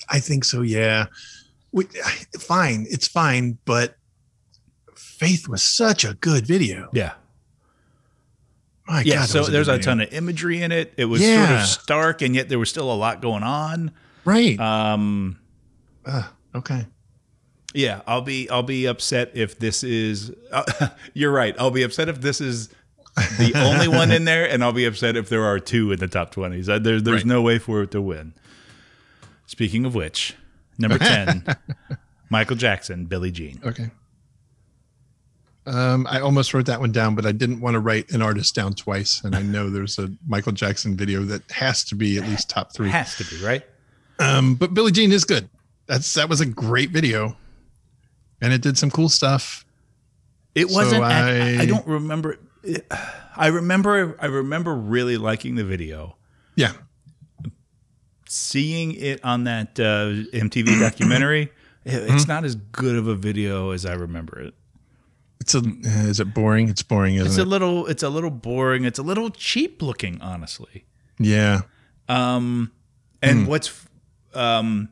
D: I think so. Yeah. We, fine. It's fine. But Faith was such a good video.
C: Yeah.
D: My
C: Yeah.
D: God.
C: so there's a ton of imagery in it. It was sort
D: Yeah.
C: of stark, and yet there was still a lot going on.
D: Right.
C: Um,
D: Ugh, okay.
C: yeah, I'll be I'll be upset if this is. *laughs* Uh, you're right. I'll be upset if this is *laughs* the only one in there, and I'll be upset if there are two in the top twenties. There's there's no way for it to win. Speaking of which, number *laughs* 10, Michael Jackson, Billie Jean.
D: Okay. Um, I almost wrote that one down, but I didn't want to write an artist down twice. And I know there's a *laughs* Michael Jackson video that has to be at least top three.
C: Has to be, right?
D: Um, but Billie Jean is good. That's that was a great video, and it did some cool stuff.
C: It
D: So
C: wasn't. I,
D: I-
C: I don't remember. it- I remember. I remember really liking the video,
D: Yeah,
C: seeing it on that uh,
D: *coughs*
C: MTV documentary. It- It's
D: Hmm?
C: not as good of a video as I remember it.
D: it's a. Is it boring? It's boring, isn't
C: It's
D: it?
C: a little. It's a little boring. It's a little cheap looking, honestly.
D: yeah,
C: Um,
D: Hmm.
C: and what's f- um,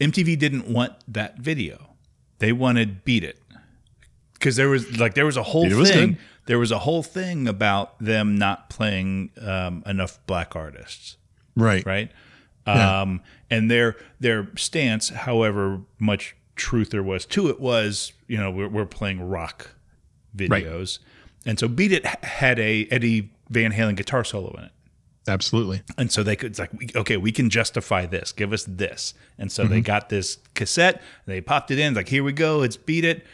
C: MTV didn't want that video. They wanted "Beat It" because there was like there was a whole
D: Beat It was
C: thing.
D: good.
C: There was a whole thing about them not playing um, enough black artists,
D: right.
C: right?
D: Yeah.
C: Um, and their their stance, however much truth there was to it, was you know we're, we're playing rock videos, and so "Beat It" h- had a Eddie Van Halen guitar solo in it
D: Absolutely.
C: and so they could it's like we- okay we can justify this give us this and so they got this cassette they popped it in like here we go let's beat it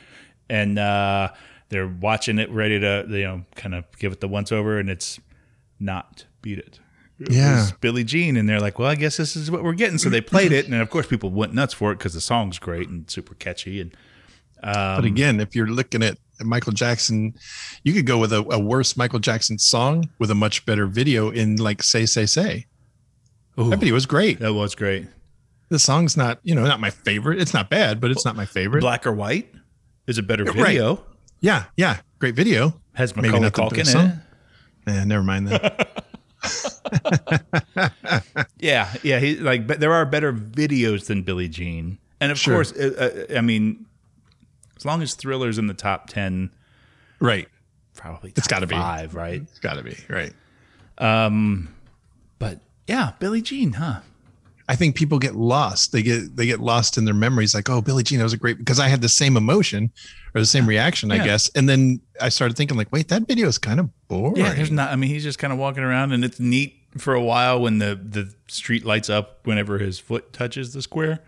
C: and uh they're watching it ready to you know kind of give it the once over and it's not beat it
D: Yeah.
C: it's Billie Jean and they're like well I guess this is what we're getting so they played it and of course people went nuts for it because the song's great and super catchy and Um,
D: But again, if you're looking at Michael Jackson, you could go with a, a worse Michael Jackson song with a much better video in like Say Say Say. That video was great.
C: that was great
D: The song's not, you know, not my favorite. It's not bad, but it's not my favorite.
C: Black or White is a better
D: Right.
C: video
D: Yeah, yeah. Great video.
C: has
D: Maybe
C: Macaulay
D: not the best
C: Culkin in it
D: song. Eh, never
C: *laughs*
D: mind that.
C: Yeah, yeah. He, like, but there are better videos than Billie Jean, and of
D: Sure.
C: course, uh, uh, I mean, as long as Thriller's in the top ten,
D: right.
C: probably
D: It's
C: top
D: gotta be.
C: five, right?
D: It's got to be. Right.
C: But yeah, Billie Jean, huh?
D: I think people get lost. They get they get lost in their memories. Like, oh, Billie Jean that was a great because I had the same emotion or the same reaction, I
C: Yeah.
D: guess. And then I started thinking, like, wait, that video is kind of boring.
C: Yeah, there's not. I mean, he's just kind of walking around, and it's neat for a while when the the street lights up whenever his foot touches the square,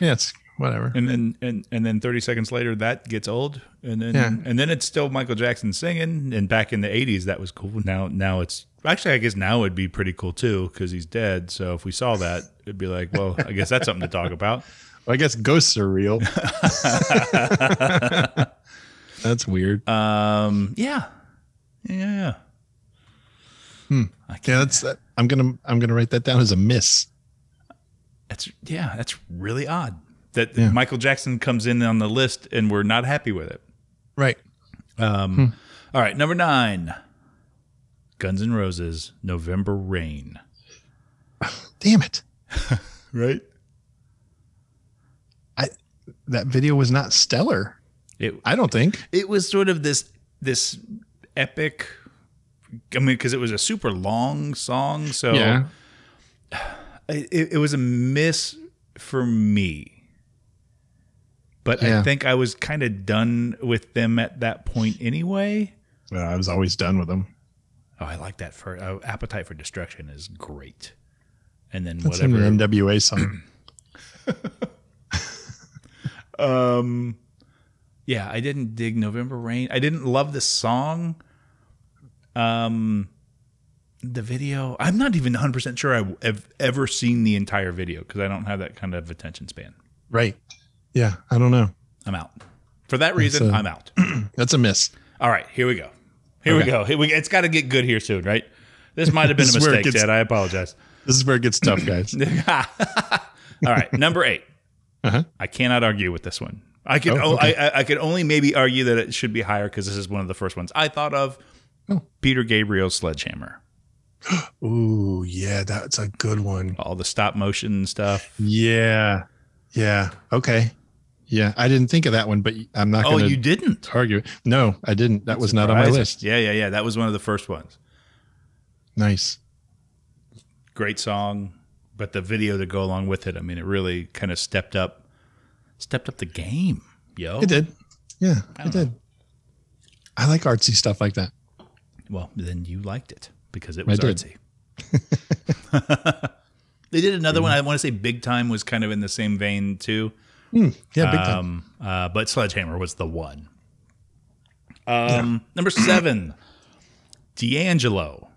D: yeah it's whatever.
C: and then and and then 30 seconds later that gets old, and then
D: Yeah.
C: and then it's still Michael Jackson singing, and back in the 80s that was cool. Now now it's actually I guess now it'd be pretty cool too because he's dead. So if we saw that, it'd be like, well, I guess that's something to talk about.
D: Well, I guess ghosts are *laughs* real. That's weird.
C: Um, *laughs* yeah, yeah, yeah.
D: yeah, that's. That, I'm gonna. I'm gonna write that down as a miss.
C: That's yeah, that's really odd that
D: Yeah.
C: Michael Jackson comes in on the list and we're not happy with it.
D: Right.
C: All right, number nine. Guns N' Roses, November Rain.
D: Damn *laughs* it.
C: Right?
D: I. That video was not stellar.
C: It
D: I don't think.
C: it was sort of this this epic I mean because it was a super long song
D: Oh.
C: so it, it was a miss for me but I
D: Yeah.
C: think I was kind of done with them at that point anyway
D: Well, I was always done with them.
C: oh I like that for uh, appetite for destruction is great and then
D: That's
C: whatever
D: an NWA song.
C: Um, yeah, I didn't dig November Rain. I didn't love the song. Um, the video. I'm not even 100 percent sure I have ever seen the entire video because I don't have that kind of attention span.
D: *clears throat* right. Yeah. I don't know.
C: I'm out. For that reason,
D: That's, uh,
C: I'm out.
D: That's a miss.
C: All right, here we go. Here we
D: Okay.
C: go. Here we, it's got to get good here soon, right? This might have been a
D: This is where it
C: mistake,
D: gets-
C: Dad. I apologize.
D: This is where it gets tough, guys.
C: *laughs* All right, number eight.
D: Uh-huh.
C: I cannot argue with this one. I could
D: Oh, okay.
C: I, I, I could only maybe argue that it should be higher because this is one of the first ones I thought of.
D: Oh.
C: Peter Gabriel's Sledgehammer,
D: *clears throat* Ooh, yeah. That's a good one.
C: all the stop motion stuff.
D: Yeah. Yeah. Okay. Yeah. I didn't think of that one, but I'm not
C: Oh,
D: going
C: you
D: to
C: didn't.
D: argue. No, I didn't. That was not on my
C: Surprising.
D: list.
C: Yeah, yeah, yeah. That was one of the first ones.
D: Nice.
C: Great song, but the video to go along with it. I mean, it really kind of stepped up, stepped up the game. Yo,
D: It did. Yeah, it did. I like artsy stuff like that.
C: Well, then you liked it because it was
D: did.
C: artsy. *laughs* They did another one. I want to say Big Time was kind of in the same vein too.
D: Yeah, big time.
C: Um, uh, but Sledgehammer was the one. Um, *clears throat* Number seven, D'Angelo,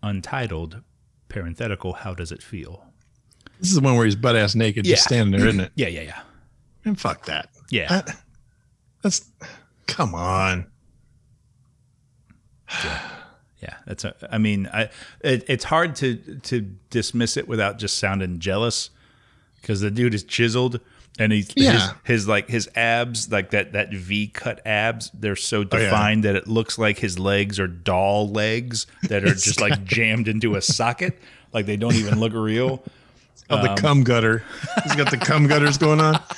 C: Untitled, parenthetical. How does it feel?
D: This is the one where he's butt ass naked, just
C: Yeah.
D: standing there, isn't *clears throat* it?
C: Yeah, yeah, yeah,
D: And fuck that.
C: yeah.
D: That- that's come on.
C: Yeah, that's. A, I mean, I it, it's hard to to dismiss it without just sounding jealous because the dude is chiseled and he's
D: Yeah.
C: his, his like his abs like that that V cut abs they're so
D: yeah.
C: defined that it looks like his legs are doll legs that
D: *laughs*
C: are just like jammed into a socket like they don't even look *laughs* real.
D: Oh, the cum gutter. He's got the cum gutters going on. *laughs*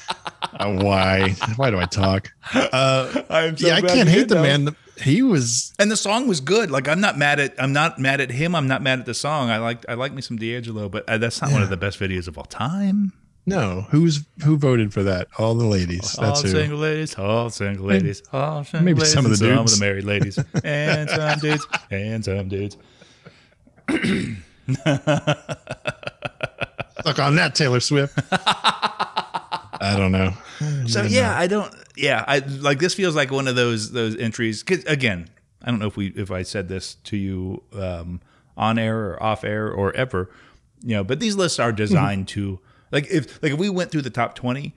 D: Uh, why? Why do I talk? Uh,
C: I'm so
D: yeah, I
C: glad
D: can't
C: you
D: hate
C: did
D: the
C: know.
D: man. He was.
C: And the song was good. Like I'm not mad at I'm not mad at him. I'm not mad at the song. I like I like me some D'Angelo, but uh, that's not one of the best videos of all time.
D: No, who's who voted for that? All the ladies. That's
C: all
D: who.
C: single ladies, all single ladies, all single
D: maybe
C: ladies,
D: some of the
C: and some
D: dudes.
C: of the married
D: *laughs*
C: ladies, and some dudes, and some dudes.
D: Look on that, Taylor *laughs* Swift. I don't know.
C: So yeah, I don't. Yeah, I like this feels like one of those those entries. 'Cause, again, I don't know if we if I said this to you um, on air or off air or ever, you know. But these lists
D: Mm-hmm.
C: are designed to like if like if we went through the top twenty,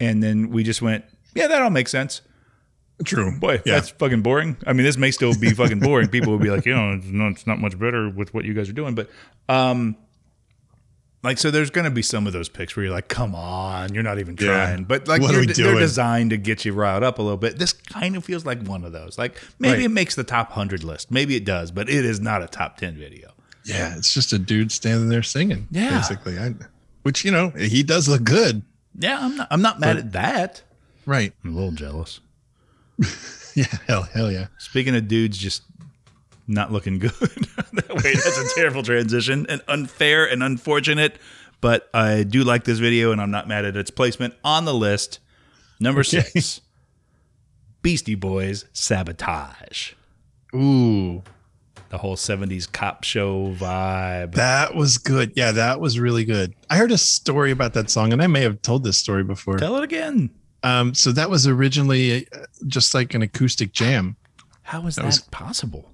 C: and then we just went, yeah, that all makes sense.
D: True.
C: Boy,
D: yeah.
C: that's fucking boring. I mean, this may still be fucking boring. People will be like, you know, it's not, it's not much better with what you guys are doing. But, um, like, so there's going to be some of those picks where you're like, come on, you're not even
D: Yeah.
C: trying. But, like,
D: What are
C: you're,
D: we
C: they're
D: doing?
C: designed to get you riled up a little bit. This kind of feels like one of those. Like, maybe
D: Right.
C: it makes the top 100 list. Maybe it does, but it is not a top 10 video.
D: yeah, it's just a dude standing there singing.
C: Yeah.
D: Basically, I, which you know he does look good.
C: Yeah, I'm not, I'm not mad at that.
D: Right. *laughs*
C: I'm a little jealous.
D: Yeah. Hell. Hell yeah.
C: Speaking of dudes just not looking good, *laughs* that way that's a terrible transition and unfair and unfortunate. But I do like this video, and I'm not mad at its placement on the list. Number six, Beastie Boys sabotage.
D: Ooh.
C: The whole '70s cop show vibe.
D: That was good. Yeah, that was really good. I heard a story about that song, and I may have told this story before.
C: Tell it again.
D: Um, so that was originally uh, just like an acoustic jam,
C: How is that,
D: was-
C: possible?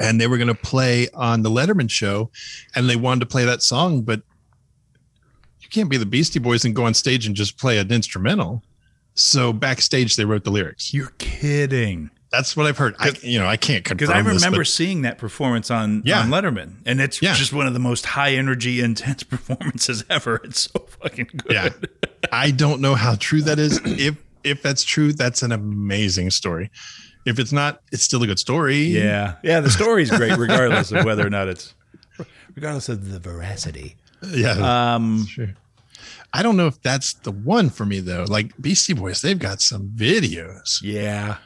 D: and they were going to play on the Letterman show, and they wanted to play that song, but you can't be the Beastie Boys and go on stage and just play an instrumental. So backstage, they wrote the lyrics.
C: You're kidding.
D: That's what I've heard. I, you know, I can't confirm
C: Because I
D: this,
C: remember
D: but-
C: seeing that performance on,
D: Yeah.
C: on Letterman, and it's
D: Yeah.
C: just one of the most high energy, *laughs* intense performances ever. It's so fucking good.
D: *laughs* yeah i don't know how true that is if if that's true that's an amazing story if it's not it's still a good story
C: Yeah. Yeah. The story's great, regardless of whether or not it's, *laughs* regardless of the veracity.
D: yeah
C: Um,
D: sure i don't know if that's the one for me though like beastie boys they've got some videos
C: yeah.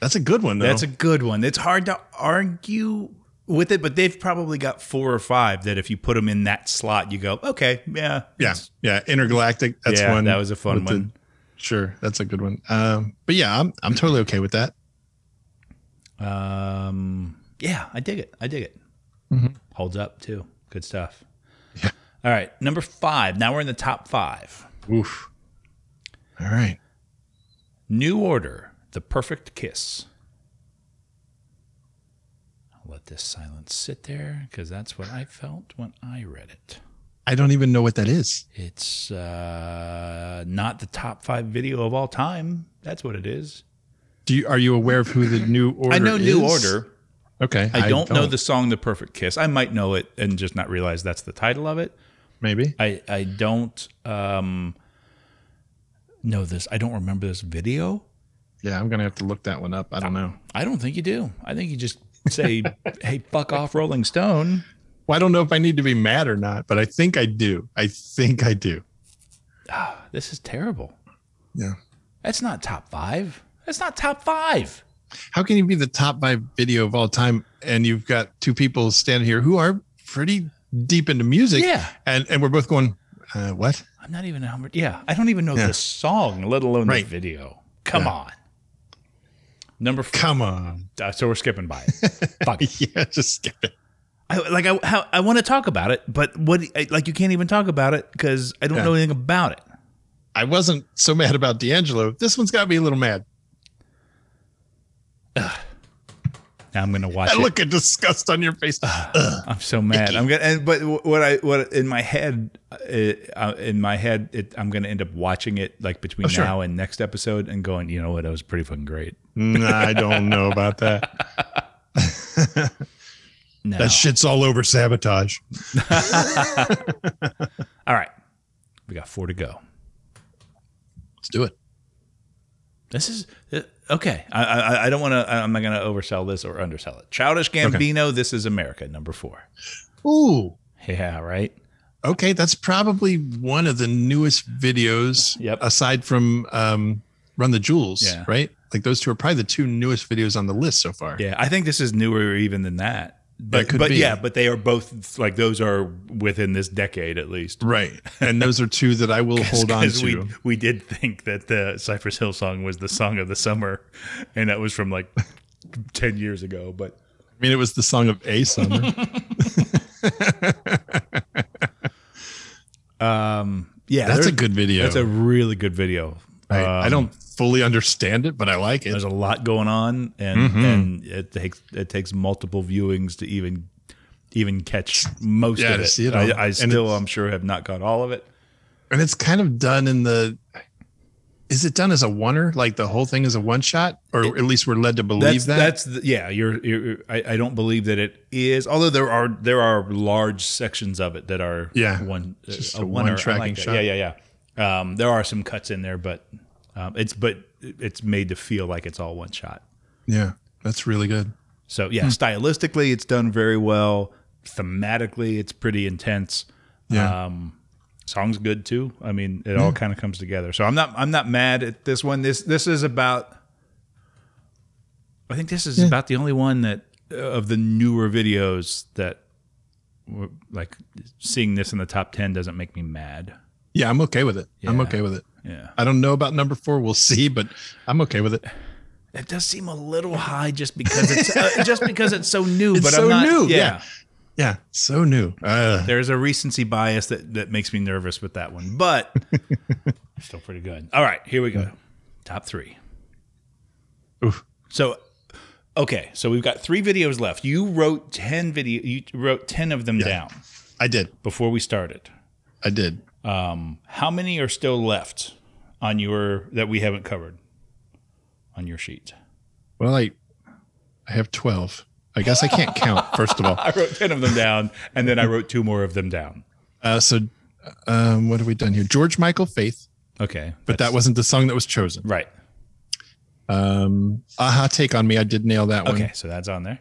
D: that's a good one though
C: That's a good one. It's hard to argue with it, but they've probably got four or five that if you put them in that slot, you go, okay, yeah.
D: yeah yeah intergalactic that's
C: Yeah,
D: one
C: that was a fun
D: with the-
C: one.
D: sure that's a good one um but yeah i'm, I'm totally okay with that
C: Um, yeah. I dig it. I dig it. Holds up too. Good stuff.
D: Mm-hmm. Yeah.
C: All right. Number five. Now we're in the top five.
D: oof all right
C: New Order, The Perfect Kiss. I'll let this silence sit there because that's what I felt when I read it.
D: i don't even know what that is
C: It's uh, not the top five video of all time. That's what it is.
D: do you are you aware of who the new order
C: I know New
D: is?
C: Order.
D: okay
C: I don't know the song The Perfect Kiss. I might know it and just not realize that's the title of it.
D: maybe
C: I, I don't um, know this. I don't remember this video.
D: Yeah, I'm gonna have to look that one up. I don't know.
C: I don't think you do. I think you just
D: *laughs*
C: say, hey, fuck off, Rolling Stone.
D: Well, I don't know if I need to be mad or not, but I think I do. I think I do.
C: This is terrible.
D: Yeah.
C: That's not top five. That's not top five.
D: How can you be the top five video of all time and you've got two people standing here who are pretty deep into music?
C: Yeah.
D: And and we're both going, uh, what?
C: I'm not even a hundred. Yeah, I don't even know
D: Yeah.
C: the song, let alone
D: Right.
C: the video. Come on. Number four.
D: Come on. *laughs*
C: uh, so we're skipping by it. Fuck. it.
D: Yeah, just skip it.
C: I, like I how, I want to talk about it, but what I, like you can't even talk about it because I don't
D: Yeah.
C: know anything about it.
D: I wasn't so mad about D'Angelo. This one's got me a little mad.
C: Now I'm gonna watch
D: That
C: it.
D: look of disgust on
C: *sighs*
D: your face.
C: I'm so mad. I'm gonna. And, but what I what in my head uh, uh, in my head it, I'm gonna end up watching it like between
D: Oh, sure.
C: now and next episode and going. You know what? That was pretty fucking great.
D: Mm, I don't know about that.
C: No.
D: That shit's all over sabotage.
C: All right, we got four to go.
D: Let's do it.
C: This is uh, okay. I I, I don't want to. I'm not gonna oversell this or undersell it. Childish Gambino. This is America. Number four.
D: Ooh.
C: Yeah. Right.
D: Okay, that's probably one of the newest videos.
C: Yep.
D: Aside from um, Run the Jewels,
C: Yeah.
D: right? Like those two are probably the two newest videos on the list so far.
C: Yeah, I think this is newer even than that. But,
D: could
C: but
D: be.
C: yeah, but they are both like those are within this decade at least.
D: Right. And those are two that
C: *laughs*
D: I will hold on
C: Because
D: to.
C: we we did think that the Cypress Hill song was the song of the summer, and that was from like ten years ago. But
D: I mean, it was the song of a summer.
C: *laughs* yeah,
D: That's a
C: there's-
D: good video.
C: That's a really good video.
D: I,
C: Uh,
D: I don't fully understand it, but I like it.
C: there's a lot going on, and
D: Mm-hmm.
C: and it takes it takes multiple viewings to even even catch most
D: Yeah,
C: of
D: to
C: it.
D: see it all.
C: I, I
D: And
C: still,
D: it's-
C: I'm sure, have not caught all of it.
D: and it's kind of done in the is it done as a oneer like the whole thing is a one shot or at least we're led to
C: that's,
D: believe that
C: That's the, yeah. You're. you're I, I don't believe that it is. Although there are there are large sections of it that are
D: Yeah.
C: one
D: It's just
C: uh,
D: a
C: one-er. I
D: one-tracking
C: like that.
D: shot.
C: Yeah, yeah, yeah. Um, there are some cuts in there, but um, it's but it's made to feel like it's all one shot.
D: yeah that's really good
C: So
D: Hmm.
C: yeah, stylistically it's done very well. Thematically, it's pretty intense.
D: yeah
C: Um, song's good too. I mean, it all kind of comes together. So I'm not I'm not mad at this one. This this is about. I think this is about the only one that uh, of the newer videos that, were- like, seeing this in the top ten doesn't make me mad.
D: yeah i'm okay with it i'm
C: Yeah.
D: okay with it
C: Yeah,
D: i don't know about number four we'll *laughs* see but i'm okay with it
C: it does seem a little high just because it's uh, just because it's so new.
D: It's
C: but
D: so
C: I'm not,
D: new, yeah. yeah so new uh,
C: There's a recency bias that, that makes me nervous with that one,
D: *laughs*
C: but still pretty good. All right, here we go. Top three.
D: Oof.
C: So, okay, so we've got three videos left. You wrote ten video. You wrote ten of them down
D: i did
C: before we started.
D: i did
C: How many are still left on your that we haven't covered on your sheet?
D: well i i have 12 i guess i can't count
C: *laughs*
D: first of all
C: I wrote ten of them down, and then I wrote two more of them down.
D: uh, so um, what have we done here george michael faith
C: Okay,
D: but that wasn't the song that was chosen
C: right.
D: um aha take on me i did nail that one
C: Okay, so that's on there.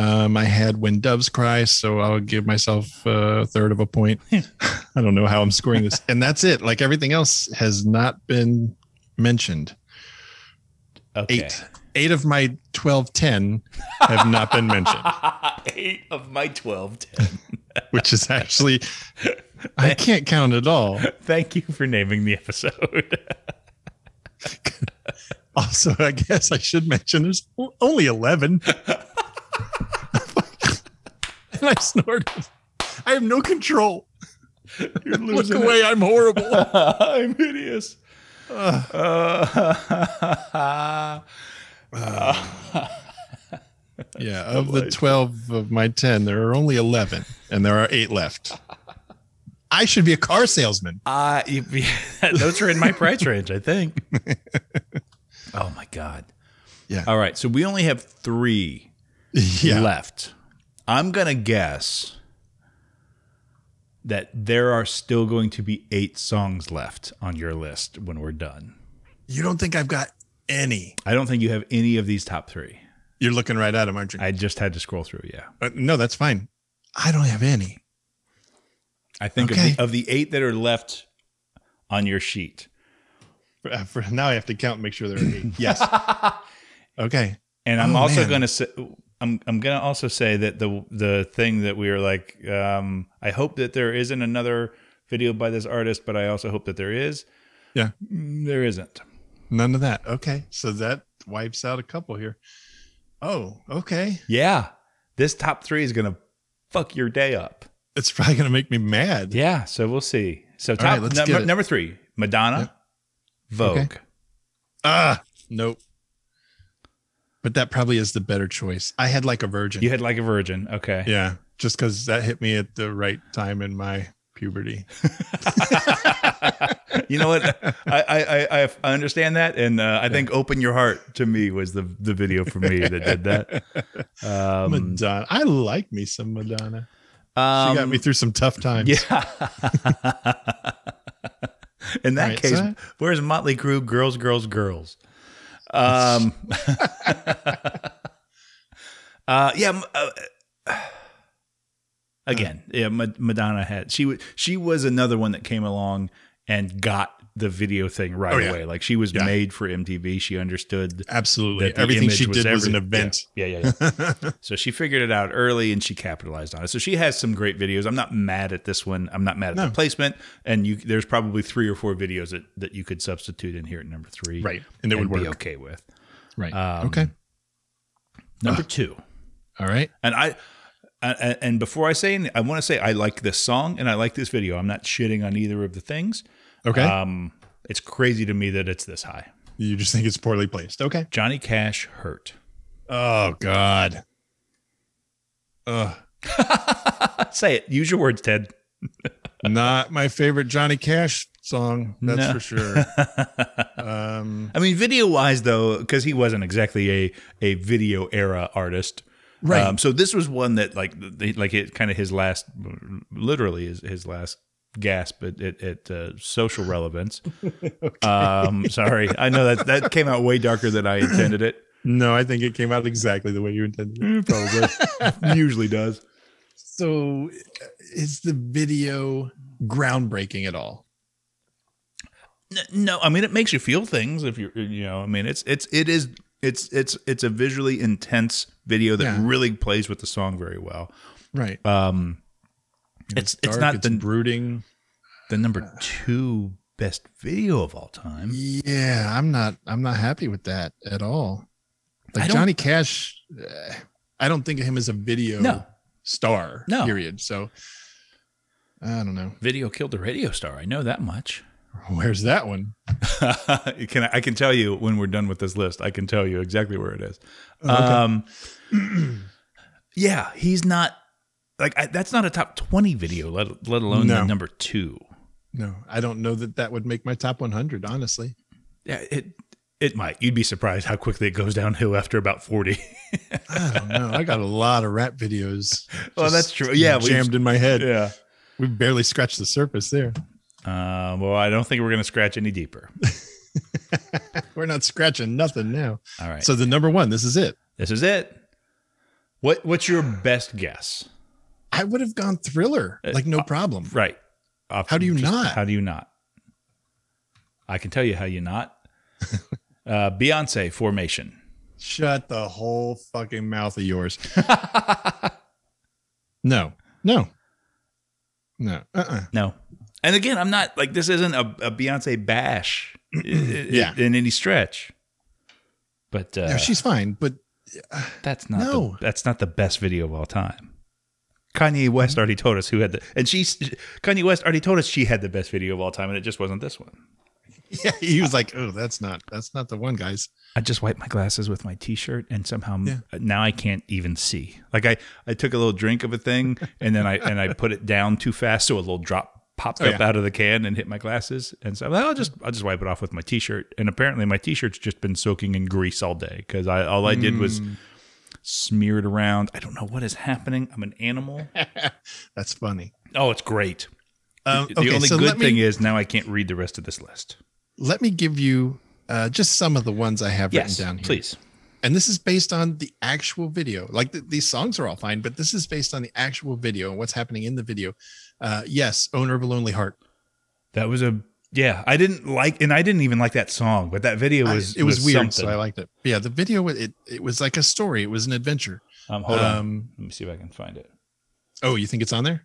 D: Um, I had When Doves Cry, so I'll give myself uh, a third of a point. *laughs* I don't know how I'm scoring this. And that's it. Like everything else has not been mentioned.
C: Okay.
D: Eight. Eight of my 12, 10 have not been mentioned,
C: Eight of my 12 10.
D: which is actually, I can't count at all.
C: Thank you for naming the episode. *laughs*
D: Also, I guess I should mention there's o- only 11. *laughs* and I snorted. I have no control.
C: You're
D: Look
C: losing
D: away. I'm horrible.
C: it. I'm hideous. Uh, *laughs*
D: Yeah, of the 12 of my 10, there are only 11 and there are 8 left. I should be a car salesman.
C: *laughs* I- Uh, those are in my price range, I think. *laughs* oh my God.
D: Yeah.
C: All right. So we only have three
D: Yeah.
C: left. I'm going to guess that there are still going to be eight songs left on your list when we're done.
D: You don't think I've got any.
C: I don't think you have any of these top three.
D: You're looking right at them, aren't you?
C: I just had to scroll through. Yeah,
D: Uh, no, that's fine. I don't have any.
C: I think
D: Okay.
C: of, the, of the eight that are left on your sheet,
D: Uh, for now I have to count and make sure there are
C: *laughs*
D: 8. Yes. okay.
C: and I'm
D: Oh,
C: also
D: man.
C: going to say, I'm I'm going to also say that the the thing that we are like, um, I hope that there isn't another video by this artist, but I also hope that there is.
D: Yeah.
C: Mm, there isn't.
D: None of that. Okay. So that wipes out a couple here. Oh, okay.
C: Yeah, this top three is going to fuck your day up.
D: It's probably going to make me mad.
C: Yeah, so we'll see. So
D: right,
C: top
D: let's
C: num-
D: get it.
C: number three, Madonna, Vogue.
D: Okay. Ah, nope. But that probably is the better choice. I had like a virgin.
C: You had like a virgin, okay?
D: Yeah, just because that hit me at the right time in my puberty.
C: You
D: *laughs*
C: know what? I, I I I- I understand that, and uh, I think "Open Your Heart" to me was the the video for me that did
D: *laughs*
C: that. Um,
D: Madonna. I like me some Madonna. She
C: um,
D: got me through some tough times.
C: Yeah. In that
D: Right,
C: case,
D: so-
C: where's Motley Crue? Girls, girls, girls.
D: *laughs*
C: Um, *laughs* uh, yeah. m- uh,
D: *sighs*
C: again,
D: Uh.
C: yeah. Ma- Madonna had she was she was another one that came along and got the video thing right
D: Oh, yeah.
C: away. Like she was
D: Yeah.
C: made for MTV. She understood
D: Absolutely.
C: that the
D: Everything
C: image
D: she did was an
C: every-
D: event.
C: Yeah, yeah, yeah.
D: *laughs*
C: yeah. so she figured it out early and she capitalized on it. So she has some great videos. I'm not mad at this one. I'm not mad at the
D: No.
C: placement. And you, there's probably three or four videos that, that you could substitute in here at number three.
D: Right. And it would
C: Be
D: work.
C: okay with
D: Right.
C: Um,
D: okay.
C: number two.
D: All right.
C: And I, I- and before I say, any- I want to say I like this song and I like this video. I'm not shitting on either of the things.
D: Okay.
C: Um, it's crazy to me that it's this high.
D: you just think it's poorly placed. Okay.
C: Johnny Cash hurt. *laughs*
D: Oh God. Ugh.
C: Say it. Use your words, Ted.
D: Not my favorite Johnny Cash song, that's
C: No.
D: for sure. um,
C: I mean, video wise, though, because he wasn't exactly a a video era artist, Um,
D: Right.
C: so this was one that like they, like it kind of his last, literally his his last gasp at at, at uh, social
D: *laughs*
C: relevance. um, sorry, I know that that came out way darker than I intended it.
D: no, I think it came out exactly the way you intended. it.
C: *laughs* Probably usually does.
D: So, uh, is the video groundbreaking at all?
C: N- No, I mean it makes you feel things if you are you know. I mean it's it's it is it's it's it's a visually intense video that
D: Yeah.
C: really plays with the song very well.
D: Right.
C: Um, it's it's
D: Dark,
C: not
D: it's
C: the
D: brooding.
C: the number two best video of all time.
D: Yeah, I'm not. I'm not happy with that at all.
C: I
D: Like
C: don't-
D: Johnny Cash, uh, I don't think of him as a video
C: No.
D: star.
C: No.
D: Period. So, I don't know.
C: Video killed the radio star. I know that *laughs* much.
D: Where's that one?
C: can I, I can tell you when we're done with this list. I can tell you exactly where it is. Um, *clears throat* yeah, he's not like I, that's not a top twenty video, let, let alone the
D: No.
C: number two.
D: No, I don't know that that would make my top 100. Honestly.
C: Yeah, it it might. You'd be surprised how quickly it goes downhill after about forty. *laughs*
D: I don't know. I got a lot of rap videos.
C: *laughs* Well,
D: just
C: that's true. Yeah, we've-
D: jammed in my head.
C: yeah.
D: We barely scratched the surface there.
C: Uh, well, I don't think we're gonna scratch any *laughs* deeper.
D: We're not scratching nothing now.
C: All right.
D: So the number one, this is it.
C: This is it. What what's your best guess?
D: I would have gone Thriller,
C: Uh,
D: like no problem.
C: Right. Off-
D: How do you not?
C: How do you not? I can tell you how you
D: *laughs*
C: not. uh, Beyonce formation.
D: Shut the whole fucking mouth of
C: *laughs*
D: yours. no, no, no. Uh-uh.
C: No. And again, I'm not like this isn't a, a Beyonce bash i- i-
D: *clears throat* Yeah.
C: in any stretch. But uh,
D: No, she's fine,
C: *laughs*
D: but
C: that's not
D: no.
C: the, that's not the best video of all time. Kanye West
D: Mm-hmm.
C: already told us who had the and she Kanye West already told us she had the best video of all time and it just wasn't this one.
D: yeah, he was like, "Oh, that's not, that's not the one, guys."
C: I just wiped my glasses with my t-shirt and somehow uh,
D: Yeah.
C: now I can't even see. Like I, I took a little drink of a
D: *laughs*
C: thing and then I and I put it down too fast so a little drop popped
D: Oh,
C: up
D: yeah.
C: out of the can and hit my glasses and so I'm like, I'll just I'll just wipe it off with my t-shirt and apparently my t-shirt's just been soaking in grease all day cuz I all I did was
D: Mm.
C: smear it around. I don't know what is happening. I'm an
D: *laughs*
C: animal.
D: That's funny.
C: Oh, it's great.
D: Um,
C: The only
D: so
C: good
D: let me-
C: thing is now I can't read the rest of this list.
D: let me give you uh, just some of the ones I have
C: Yes,
D: written down here.
C: please.
D: And this is based on the actual video. Like th- these songs are all fine, but this is based on the actual video and what's happening in the video. Uh, yes, owner of a lonely heart.
C: That was a yeah. I didn't like, and I didn't even like that song, but that video
D: I-
C: was
D: it was, weird,
C: Something.
D: so I liked it. But yeah, the video wa- it it was like a story. It was an adventure.
C: um, hold on.
D: Um,
C: Let me see if I can find it.
D: Oh, you think it's on there?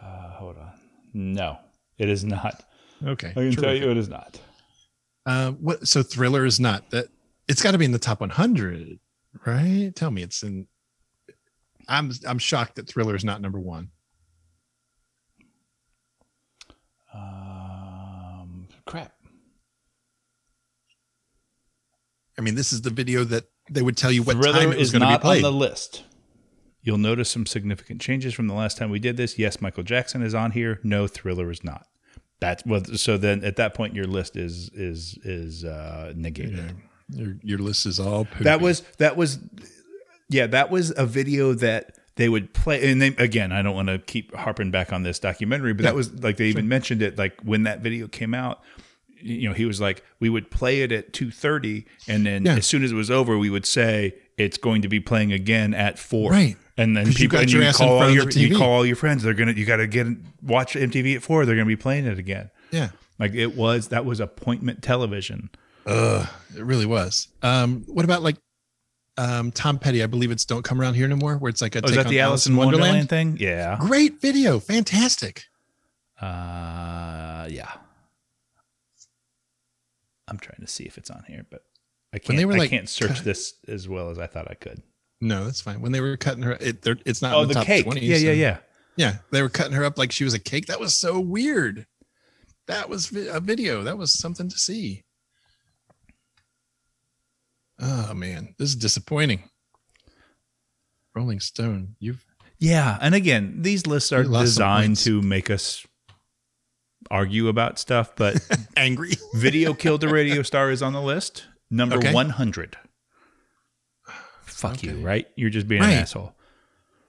C: Uh, hold on. No, it is not.
D: Okay,
C: I can
D: terrific.
C: tell you, it is not.
D: Uh, what? So thriller is not that. It's got to be in the top 100, right? Tell me, it's in. I'm I'm shocked that Thriller is not number one.
C: Um, crap.
D: I mean, this is the video that they would tell you what time
C: Thriller
D: it was
C: is
D: going to be
C: not on
D: played.
C: the list. You'll notice some significant changes from the last time we did this. Yes, Michael Jackson is on here. No, Thriller is not. That's well. So then, at that point, your list is is is uh, negated.
D: your, your list is all poopy.
C: That was that was yeah, that was a video that they would play and they again, I don't want to keep harping back on this documentary, but that was like they even mentioned it like when that video came out you know, he was like we would play it at 2:30 and then
D: Yeah.
C: as soon as it was over we would say it's going to be playing again at 4.
D: Right.
C: And then
D: 'Cause you
C: people
D: got
C: and
D: your
C: you
D: ass in
C: call all
D: front of
C: your
D: the
C: you
D: TV.
C: call all your friends, they're going to you got to get watch MTV at 4, they're going to be playing it again.
D: yeah.
C: Like it was that was appointment television.
D: Ugh, it really was. Um, what about like um, Tom Petty? I believe it's "Don't Come Around Here No More," where it's like a
C: Oh, is
D: take
C: that
D: on
C: the Alice in Wonderland, thing? Yeah.
D: Great video, fantastic.
C: Uh, yeah. I'm trying to see if it's on here, but I can't.
D: When they were,
C: I
D: like,
C: can't *laughs* search
D: cut-
C: this as well as I thought I could.
D: No, that's fine. When they were cutting her, it, they're- it's not.
C: Oh,
D: in the,
C: the
D: top
C: cake.
D: 20,
C: yeah,
D: so-
C: yeah, yeah.
D: Yeah, they were cutting her up like she was a cake. That was so weird. That was vi- a video. That was something to see. Oh man, this is disappointing. Rolling Stone, you've
C: Yeah, and again, these lists are
D: We lost some
C: designed
D: points.
C: to make us argue about stuff, but
D: *laughs*
C: *laughs*
D: angry.
C: Video Killed a Radio Star is on the list, number
D: Okay.
C: 100. Fuck you,
D: Okay.
C: right? You're just being
D: Right.
C: an asshole.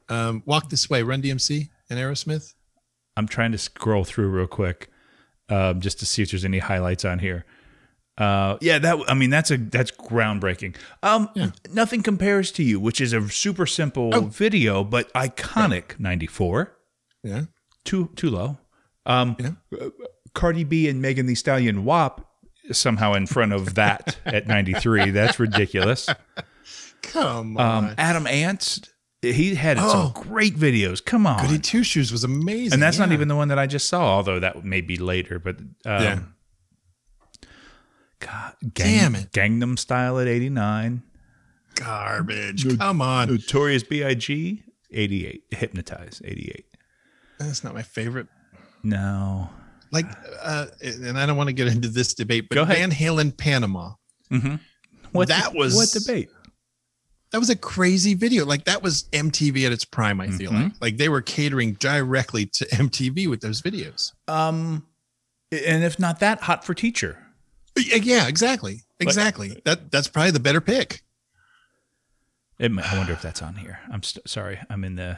D: Um, Walk This Way, Run DMC, and Aerosmith.
C: I'm trying to scroll through real quick, um, just to see if there's any highlights on here. Uh, yeah, that I mean that's a that's groundbreaking. Um,
D: Yeah.
C: nothing compares to you, which is a super simple
D: Oh.
C: video but iconic. Ninety four,
D: Yeah.
C: too too low. Um,
D: Yeah.
C: uh, Cardi B and Megan The Stallion WAP somehow in front of
D: *laughs*
C: that at ninety three. That's ridiculous.
D: Come on.
C: Um, Adam Ant, he had
D: Oh.
C: some great videos. Come on,
D: Goody Two Shoes was amazing.
C: and that's not
D: yeah.
C: even the one that I just saw, although that may be later. But um,
D: Yeah.
C: God,
D: Damn it.
C: Gangnam Style at eighty nine,
D: garbage. Come on.
C: Notorious B.I.G. eighty eight, Hypnotize eighty eight.
D: That's not my favorite.
C: No,
D: Like, uh, and I don't want to get into this debate, but
C: Go ahead.
D: Van Halen Panama.
C: Mm-hmm. what
D: That was-
C: what debate?
D: That was a crazy video. Like that was MTV at its prime. I
C: Mm-hmm.
D: feel like like they were catering directly to MTV with those videos.
C: Um, and if not that, Hot for Teacher.
D: Yeah, yeah, exactly, exactly. that that's probably the better pick.
C: It might, I wonder if that's on here. I'm st- sorry. I'm in the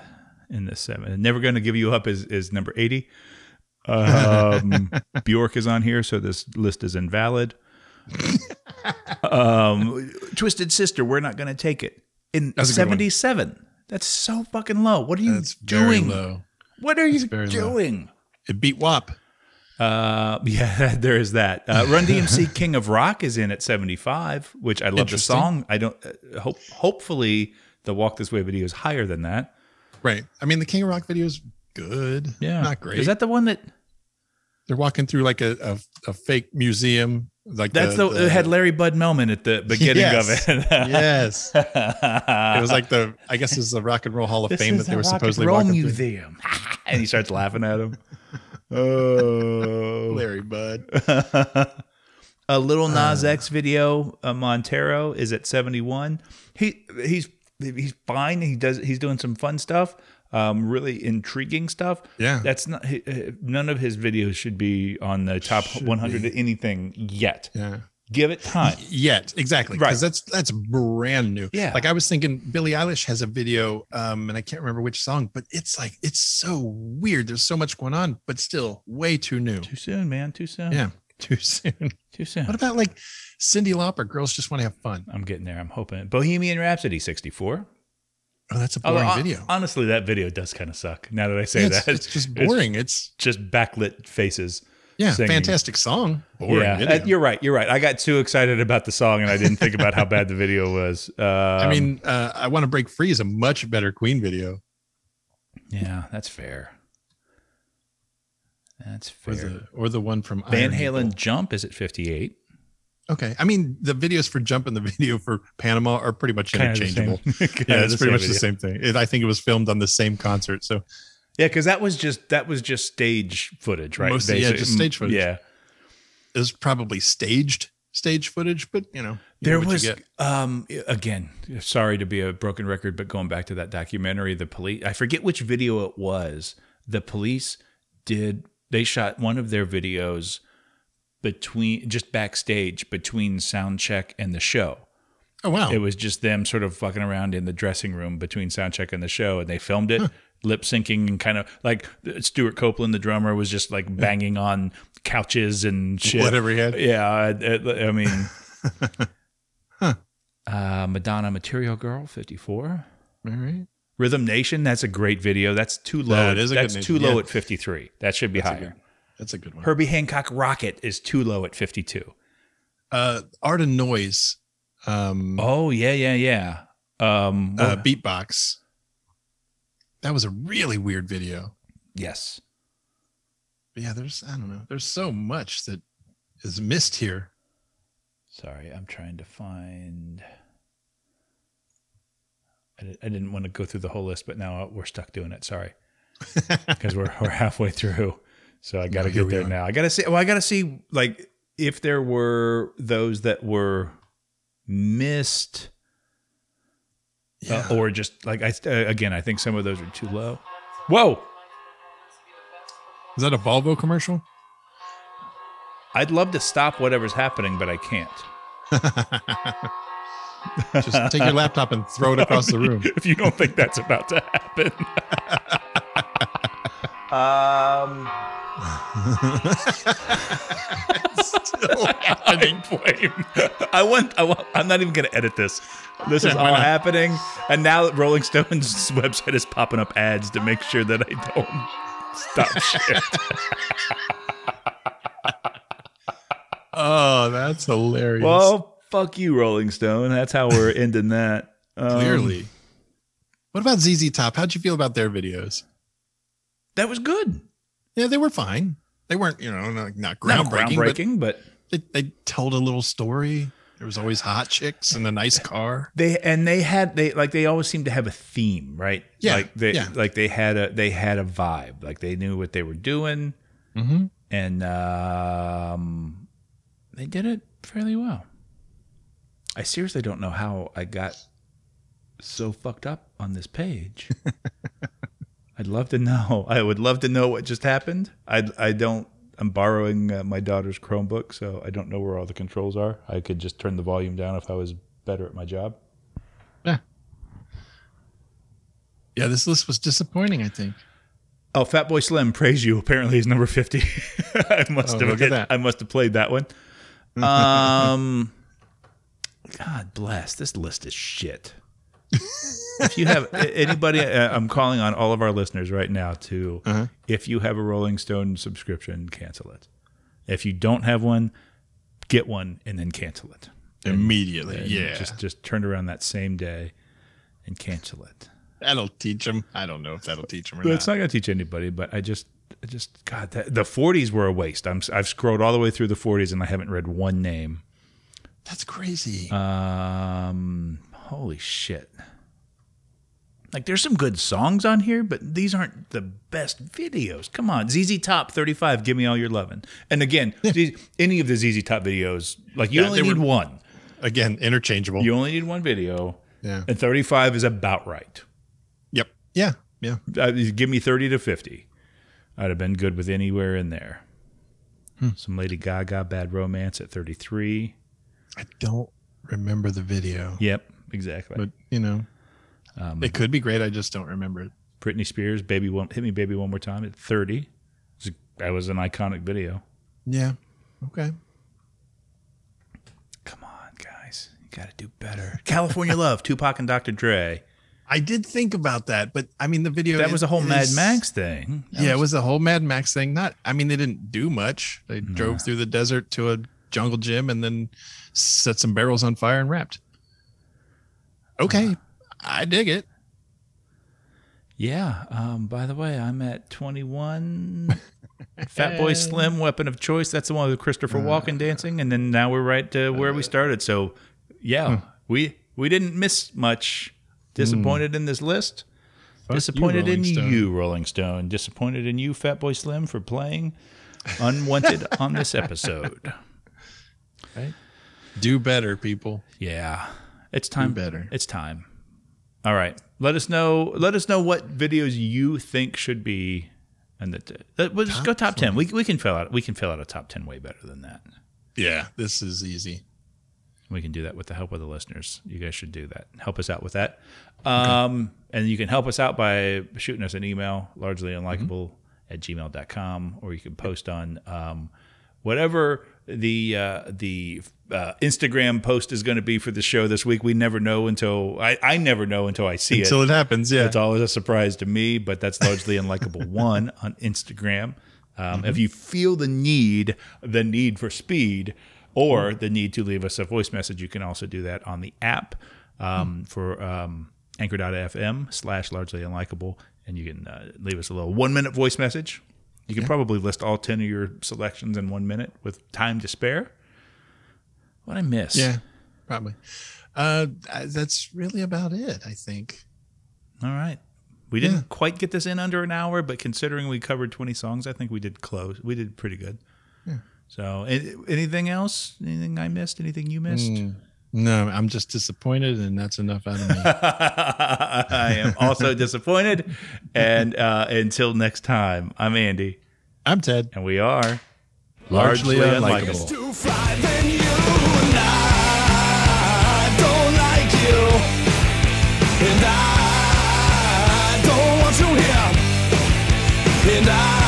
C: in the seven. Never going to give you up is is number eighty.
D: *laughs*
C: Um, Bjork is on here, so this list is invalid. um, Twisted Sister, we're not going to take it in
D: That's a good one.
C: seventy seven. That's so fucking low. What are you
D: That's very
C: doing?
D: low.
C: What are you
D: very low.
C: doing?
D: It beat WAP.
C: Uh, *laughs* yeah, there is that. Uh, Run
D: *laughs*
C: DMC King of Rock is in at 75, which I love the
D: Interesting.
C: song. I don't uh, hope, hopefully, the Walk This Way video is higher than that.
D: Right. I mean, the King of Rock video is good.
C: Yeah.
D: Not great.
C: Is that the one that
D: They're walking through like a, a, a fake museum. Like
C: that's the, it *laughs* had Larry Bud Melman at the beginning
D: Yes.
C: of it? *laughs*
D: yes. It
C: it
D: was like *laughs* the I guess it's the Rock and Roll Hall of Fame that they were supposedly
C: roll
D: walking through.
C: museum. *laughs* and he starts laughing at
D: *laughs*
C: him. Oh.
D: Larry Bud.
C: *laughs* a little
D: Uh.
C: Nas X video, uh, Montero is at 71. He he's he's fine. He does he's doing some fun stuff, um, really intriguing stuff.
D: Yeah.
C: that's not he- uh, none of his videos should be on the top 100 of anything yet.
D: Yeah.
C: Give it time.
D: Yet, exactly.
C: Right.
D: Because that's that's brand new.
C: Yeah.
D: Like I was thinking Billie Eilish has a video, um, and I can't remember which song, but it's like it's so weird. There's so much going on, but still way too new.
C: Too soon, man. Too soon.
D: Yeah. Too soon.
C: Too soon.
D: What about like Cindy Lauper? Girls just want to have fun.
C: I'm getting there. I'm hoping. Bohemian Rhapsody 64.
D: Oh, that's a
C: Although,
D: boring
C: hon-
D: video.
C: Honestly, that video does kind of suck. Now that I say
D: Yeah, it's,
C: that,
D: it's just boring. It's,
C: just backlit faces.
D: yeah,
C: singing.
D: fantastic song. Boring
C: yeah,
D: video.
C: uh, you're right. You're right. I got too excited about the song and I didn't think about how bad the video was. Um,
D: *laughs* I mean, uh, I want to break free is a much better Queen video.
C: yeah, that's fair. That's
D: Or
C: fair.
D: the, or the one from
C: Van
D: Iron
C: Halen
D: Eagle.
C: Jump is at 58.
D: Okay. I mean, the videos for Jump and the video for Panama are pretty much
C: Kinda the
D: interchangeable.
C: same. *laughs* Kinda
D: yeah, it's
C: the
D: pretty much
C: same video.
D: the same thing. It, I think it was filmed on the same concert. So
C: Yeah, because that was just that was just stage footage, right?
D: Mostly, yeah,
C: Basi-
D: just stage footage.
C: Yeah,
D: it was probably staged stage footage, but you know, you
C: there
D: know what you
C: was
D: get.
C: um again. Sorry to be a broken record, but going back to that documentary, the police. I forget which video it was. The police did they shot one of their videos between just backstage between sound check and the show.
D: Oh wow.
C: It was just them sort of fucking around in the dressing room between soundcheck and the show, and they filmed it, lip syncing and kind of like Stuart Copeland, the drummer, was just like banging on couches and shit.
D: Whatever he had.
C: Yeah, I, I- I
D: *laughs*
C: mean, uh, Madonna, Material Girl, fifty-four.
D: All right.
C: Rhythm Nation, that's a great video. That's too low.
D: That is a good
C: that's
D: nation,
C: too low
D: yeah.
C: at fifty-three. That should be higher.
D: That's a good one.
C: Herbie Hancock Rocket is too low at fifty-two.
D: uh, Art and Noise, um,
C: Oh yeah, yeah, yeah. Um,
D: uh,
C: what-
D: Beatbox. That was a really weird video.
C: yes.
D: But yeah, there's I don't know. There's so much that is missed here.
C: Sorry, I'm trying to find. I, di- I didn't want to go through the whole list, but now we're stuck doing it.
D: *laughs*
C: Sorry, because we're we're halfway through, so I got to
D: here
C: get
D: we
C: there
D: are.
C: now. I got to see. Well, I got to see like if there were those that were missed, uh,
D: Yeah.
C: or just like I uh, again, I think some of those are too low. Whoa!
D: Is that a Volvo commercial?
C: I'd love to stop whatever's happening, but I can't. *laughs*
D: Just take your laptop and throw it across the room.
C: if you don't think that's about to happen. *laughs* um, I blame. *laughs* I want. I want. I'm not even going to edit this. This is
D: Yeah, why
C: all
D: not?
C: happening, and now Rolling Stone's *laughs* website is popping up ads to make sure that I don't *laughs* stop shit.
D: Oh, that's hilarious.
C: well, fuck you, Rolling Stone. That's how we're ending *laughs* that. Um,
D: clearly. what about ZZ Top? How'd you feel about their videos?
C: that was good.
D: Yeah, they were fine. They weren't, you know, not, not
C: Not
D: groundbreaking, but
C: groundbreaking but
D: they, they told a little story. There was always hot chicks and a nice car.
C: they and they had they like they always seemed to have a theme right
D: Yeah,
C: like they
D: yeah.
C: like they had a they had a vibe like they knew what they were doing
D: Mhm.
C: and um they did it fairly well i seriously don't know how i got so fucked up on this
D: *laughs*
C: page i'd love to know i would love to know what just happened i i don't i'm borrowing uh, my daughter's chromebook so i don't know where all the controls are i could just turn the volume down if i was better at my job
D: Yeah. Yeah, this list was disappointing, I think.
C: Oh, Fat Boy Slim, praise you. Apparently, he's number fifty. *laughs* I must
D: Oh,
C: have
D: look at
C: hit-
D: that.
C: I must have played that
D: *laughs*
C: one. Um, God bless. This list is shit. if you have a- anybody, uh, I'm calling on all of our listeners right now to,
D: Uh-huh.
C: if you have a Rolling Stone subscription, cancel it. If you don't have one, get one and then cancel it.
D: Immediately.
C: And
D: Yeah.
C: just just turn around that same day and cancel it.
D: that'll teach them. I don't know if that'll teach them or
C: But it's not going to teach anybody. But I just, I just, God, that, the forties were a waste. I'm, I've scrolled all the way through the forties and I haven't read one name.
D: That's crazy.
C: Um, holy shit! Like, there's some good songs on here, but these aren't the best videos. Come on, ZZ Top 35, give me all your lovin'. And
D: *laughs*
C: again, Z- any of the ZZ Top videos, like you
D: Yeah,
C: only
D: they were-
C: need one.
D: Again, interchangeable.
C: You only need one video,
D: Yeah.
C: and 35 is about right.
D: Yep. Yeah. Yeah.
C: uh, give me 30 to 50 i'd have been good with anywhere in there some lady gaga bad romance at 33
D: I don't remember the video,
C: yep exactly
D: but you know,
C: Um,
D: it could be great. I just don't remember it.
C: britney spears baby one hit me baby one more time at 30 It's a- that was an iconic video
D: Yeah. Okay.
C: come on guys you gotta do better *laughs* california love tupac and dr dre
D: I did think about that, but I mean, the video
C: that was a whole
D: is-
C: mad max thing
D: yeah, it was the whole Mad Max thing. Not, I mean, they didn't do much. They drove through the desert to a jungle gym and then set some barrels on fire and wrapped. Okay, I dig it.
C: yeah um, by the way i'm at 21 *laughs* Fat Boy Slim, Weapon of Choice. That's the one with
D: Uh,
C: Christopher Walken dancing, and then now we're right to where we started. So,
D: hmm.
C: yeah, we we didn't miss much. Disappointed in this list.
D: Hmm. Fuck you,
C: Disappointed in
D: Rolling Stone.
C: you, Rolling Stone. Disappointed in you, Fat Boy Slim, for playing unwanted
D: *laughs*
C: on this episode.
D: Do better, people.
C: Yeah, it's time.
D: better.
C: It's time. All right. Let us know. Let us know what videos you think should be, and that that- uh, we'll just go top ten. We we can fill out we can fill out a top ten way better than that.
D: Yeah, this is easy.
C: We can do that with the help of the listeners. You guys should do that. Help us out with that. Um, And you can help us out by shooting us an email, largely unlikable at gmail.com, or you can post on um, whatever the uh, the uh, Instagram post is going to be for the show this week. We never know until I, I never know until I see
D: Until
C: it.
D: it happens, yeah.
C: It's always a surprise to me, but that's largely
D: *laughs*
C: unlikable one on Instagram. Um, If you feel the need, the need for speed, or
D: Mm-hmm.
C: the need to leave us a voice message, you can also do that on the app
D: Mm-hmm.
C: um, for um, anchor.fm slash largely unlikable. And you can uh, leave us a little one minute voice message. You can probably list all 10 of your selections in one minute with time to spare. What I miss?
D: Yeah, probably. Uh, I- that's really about it, I think.
C: All right. We didn't quite get this in under an hour, but considering we covered 20 songs, I think we did close. We did pretty good. So, an- anything else? Anything I missed? Anything you missed?
D: No, I'm just disappointed, and that's enough out of
C: *laughs*
D: me. *laughs*
C: I am also disappointed. And uh, until next time, I'm Andy,
D: I'm Ted.
C: and we are
D: Largely unlikable.
A: to fly than you and I don't like you and I don't want you here and I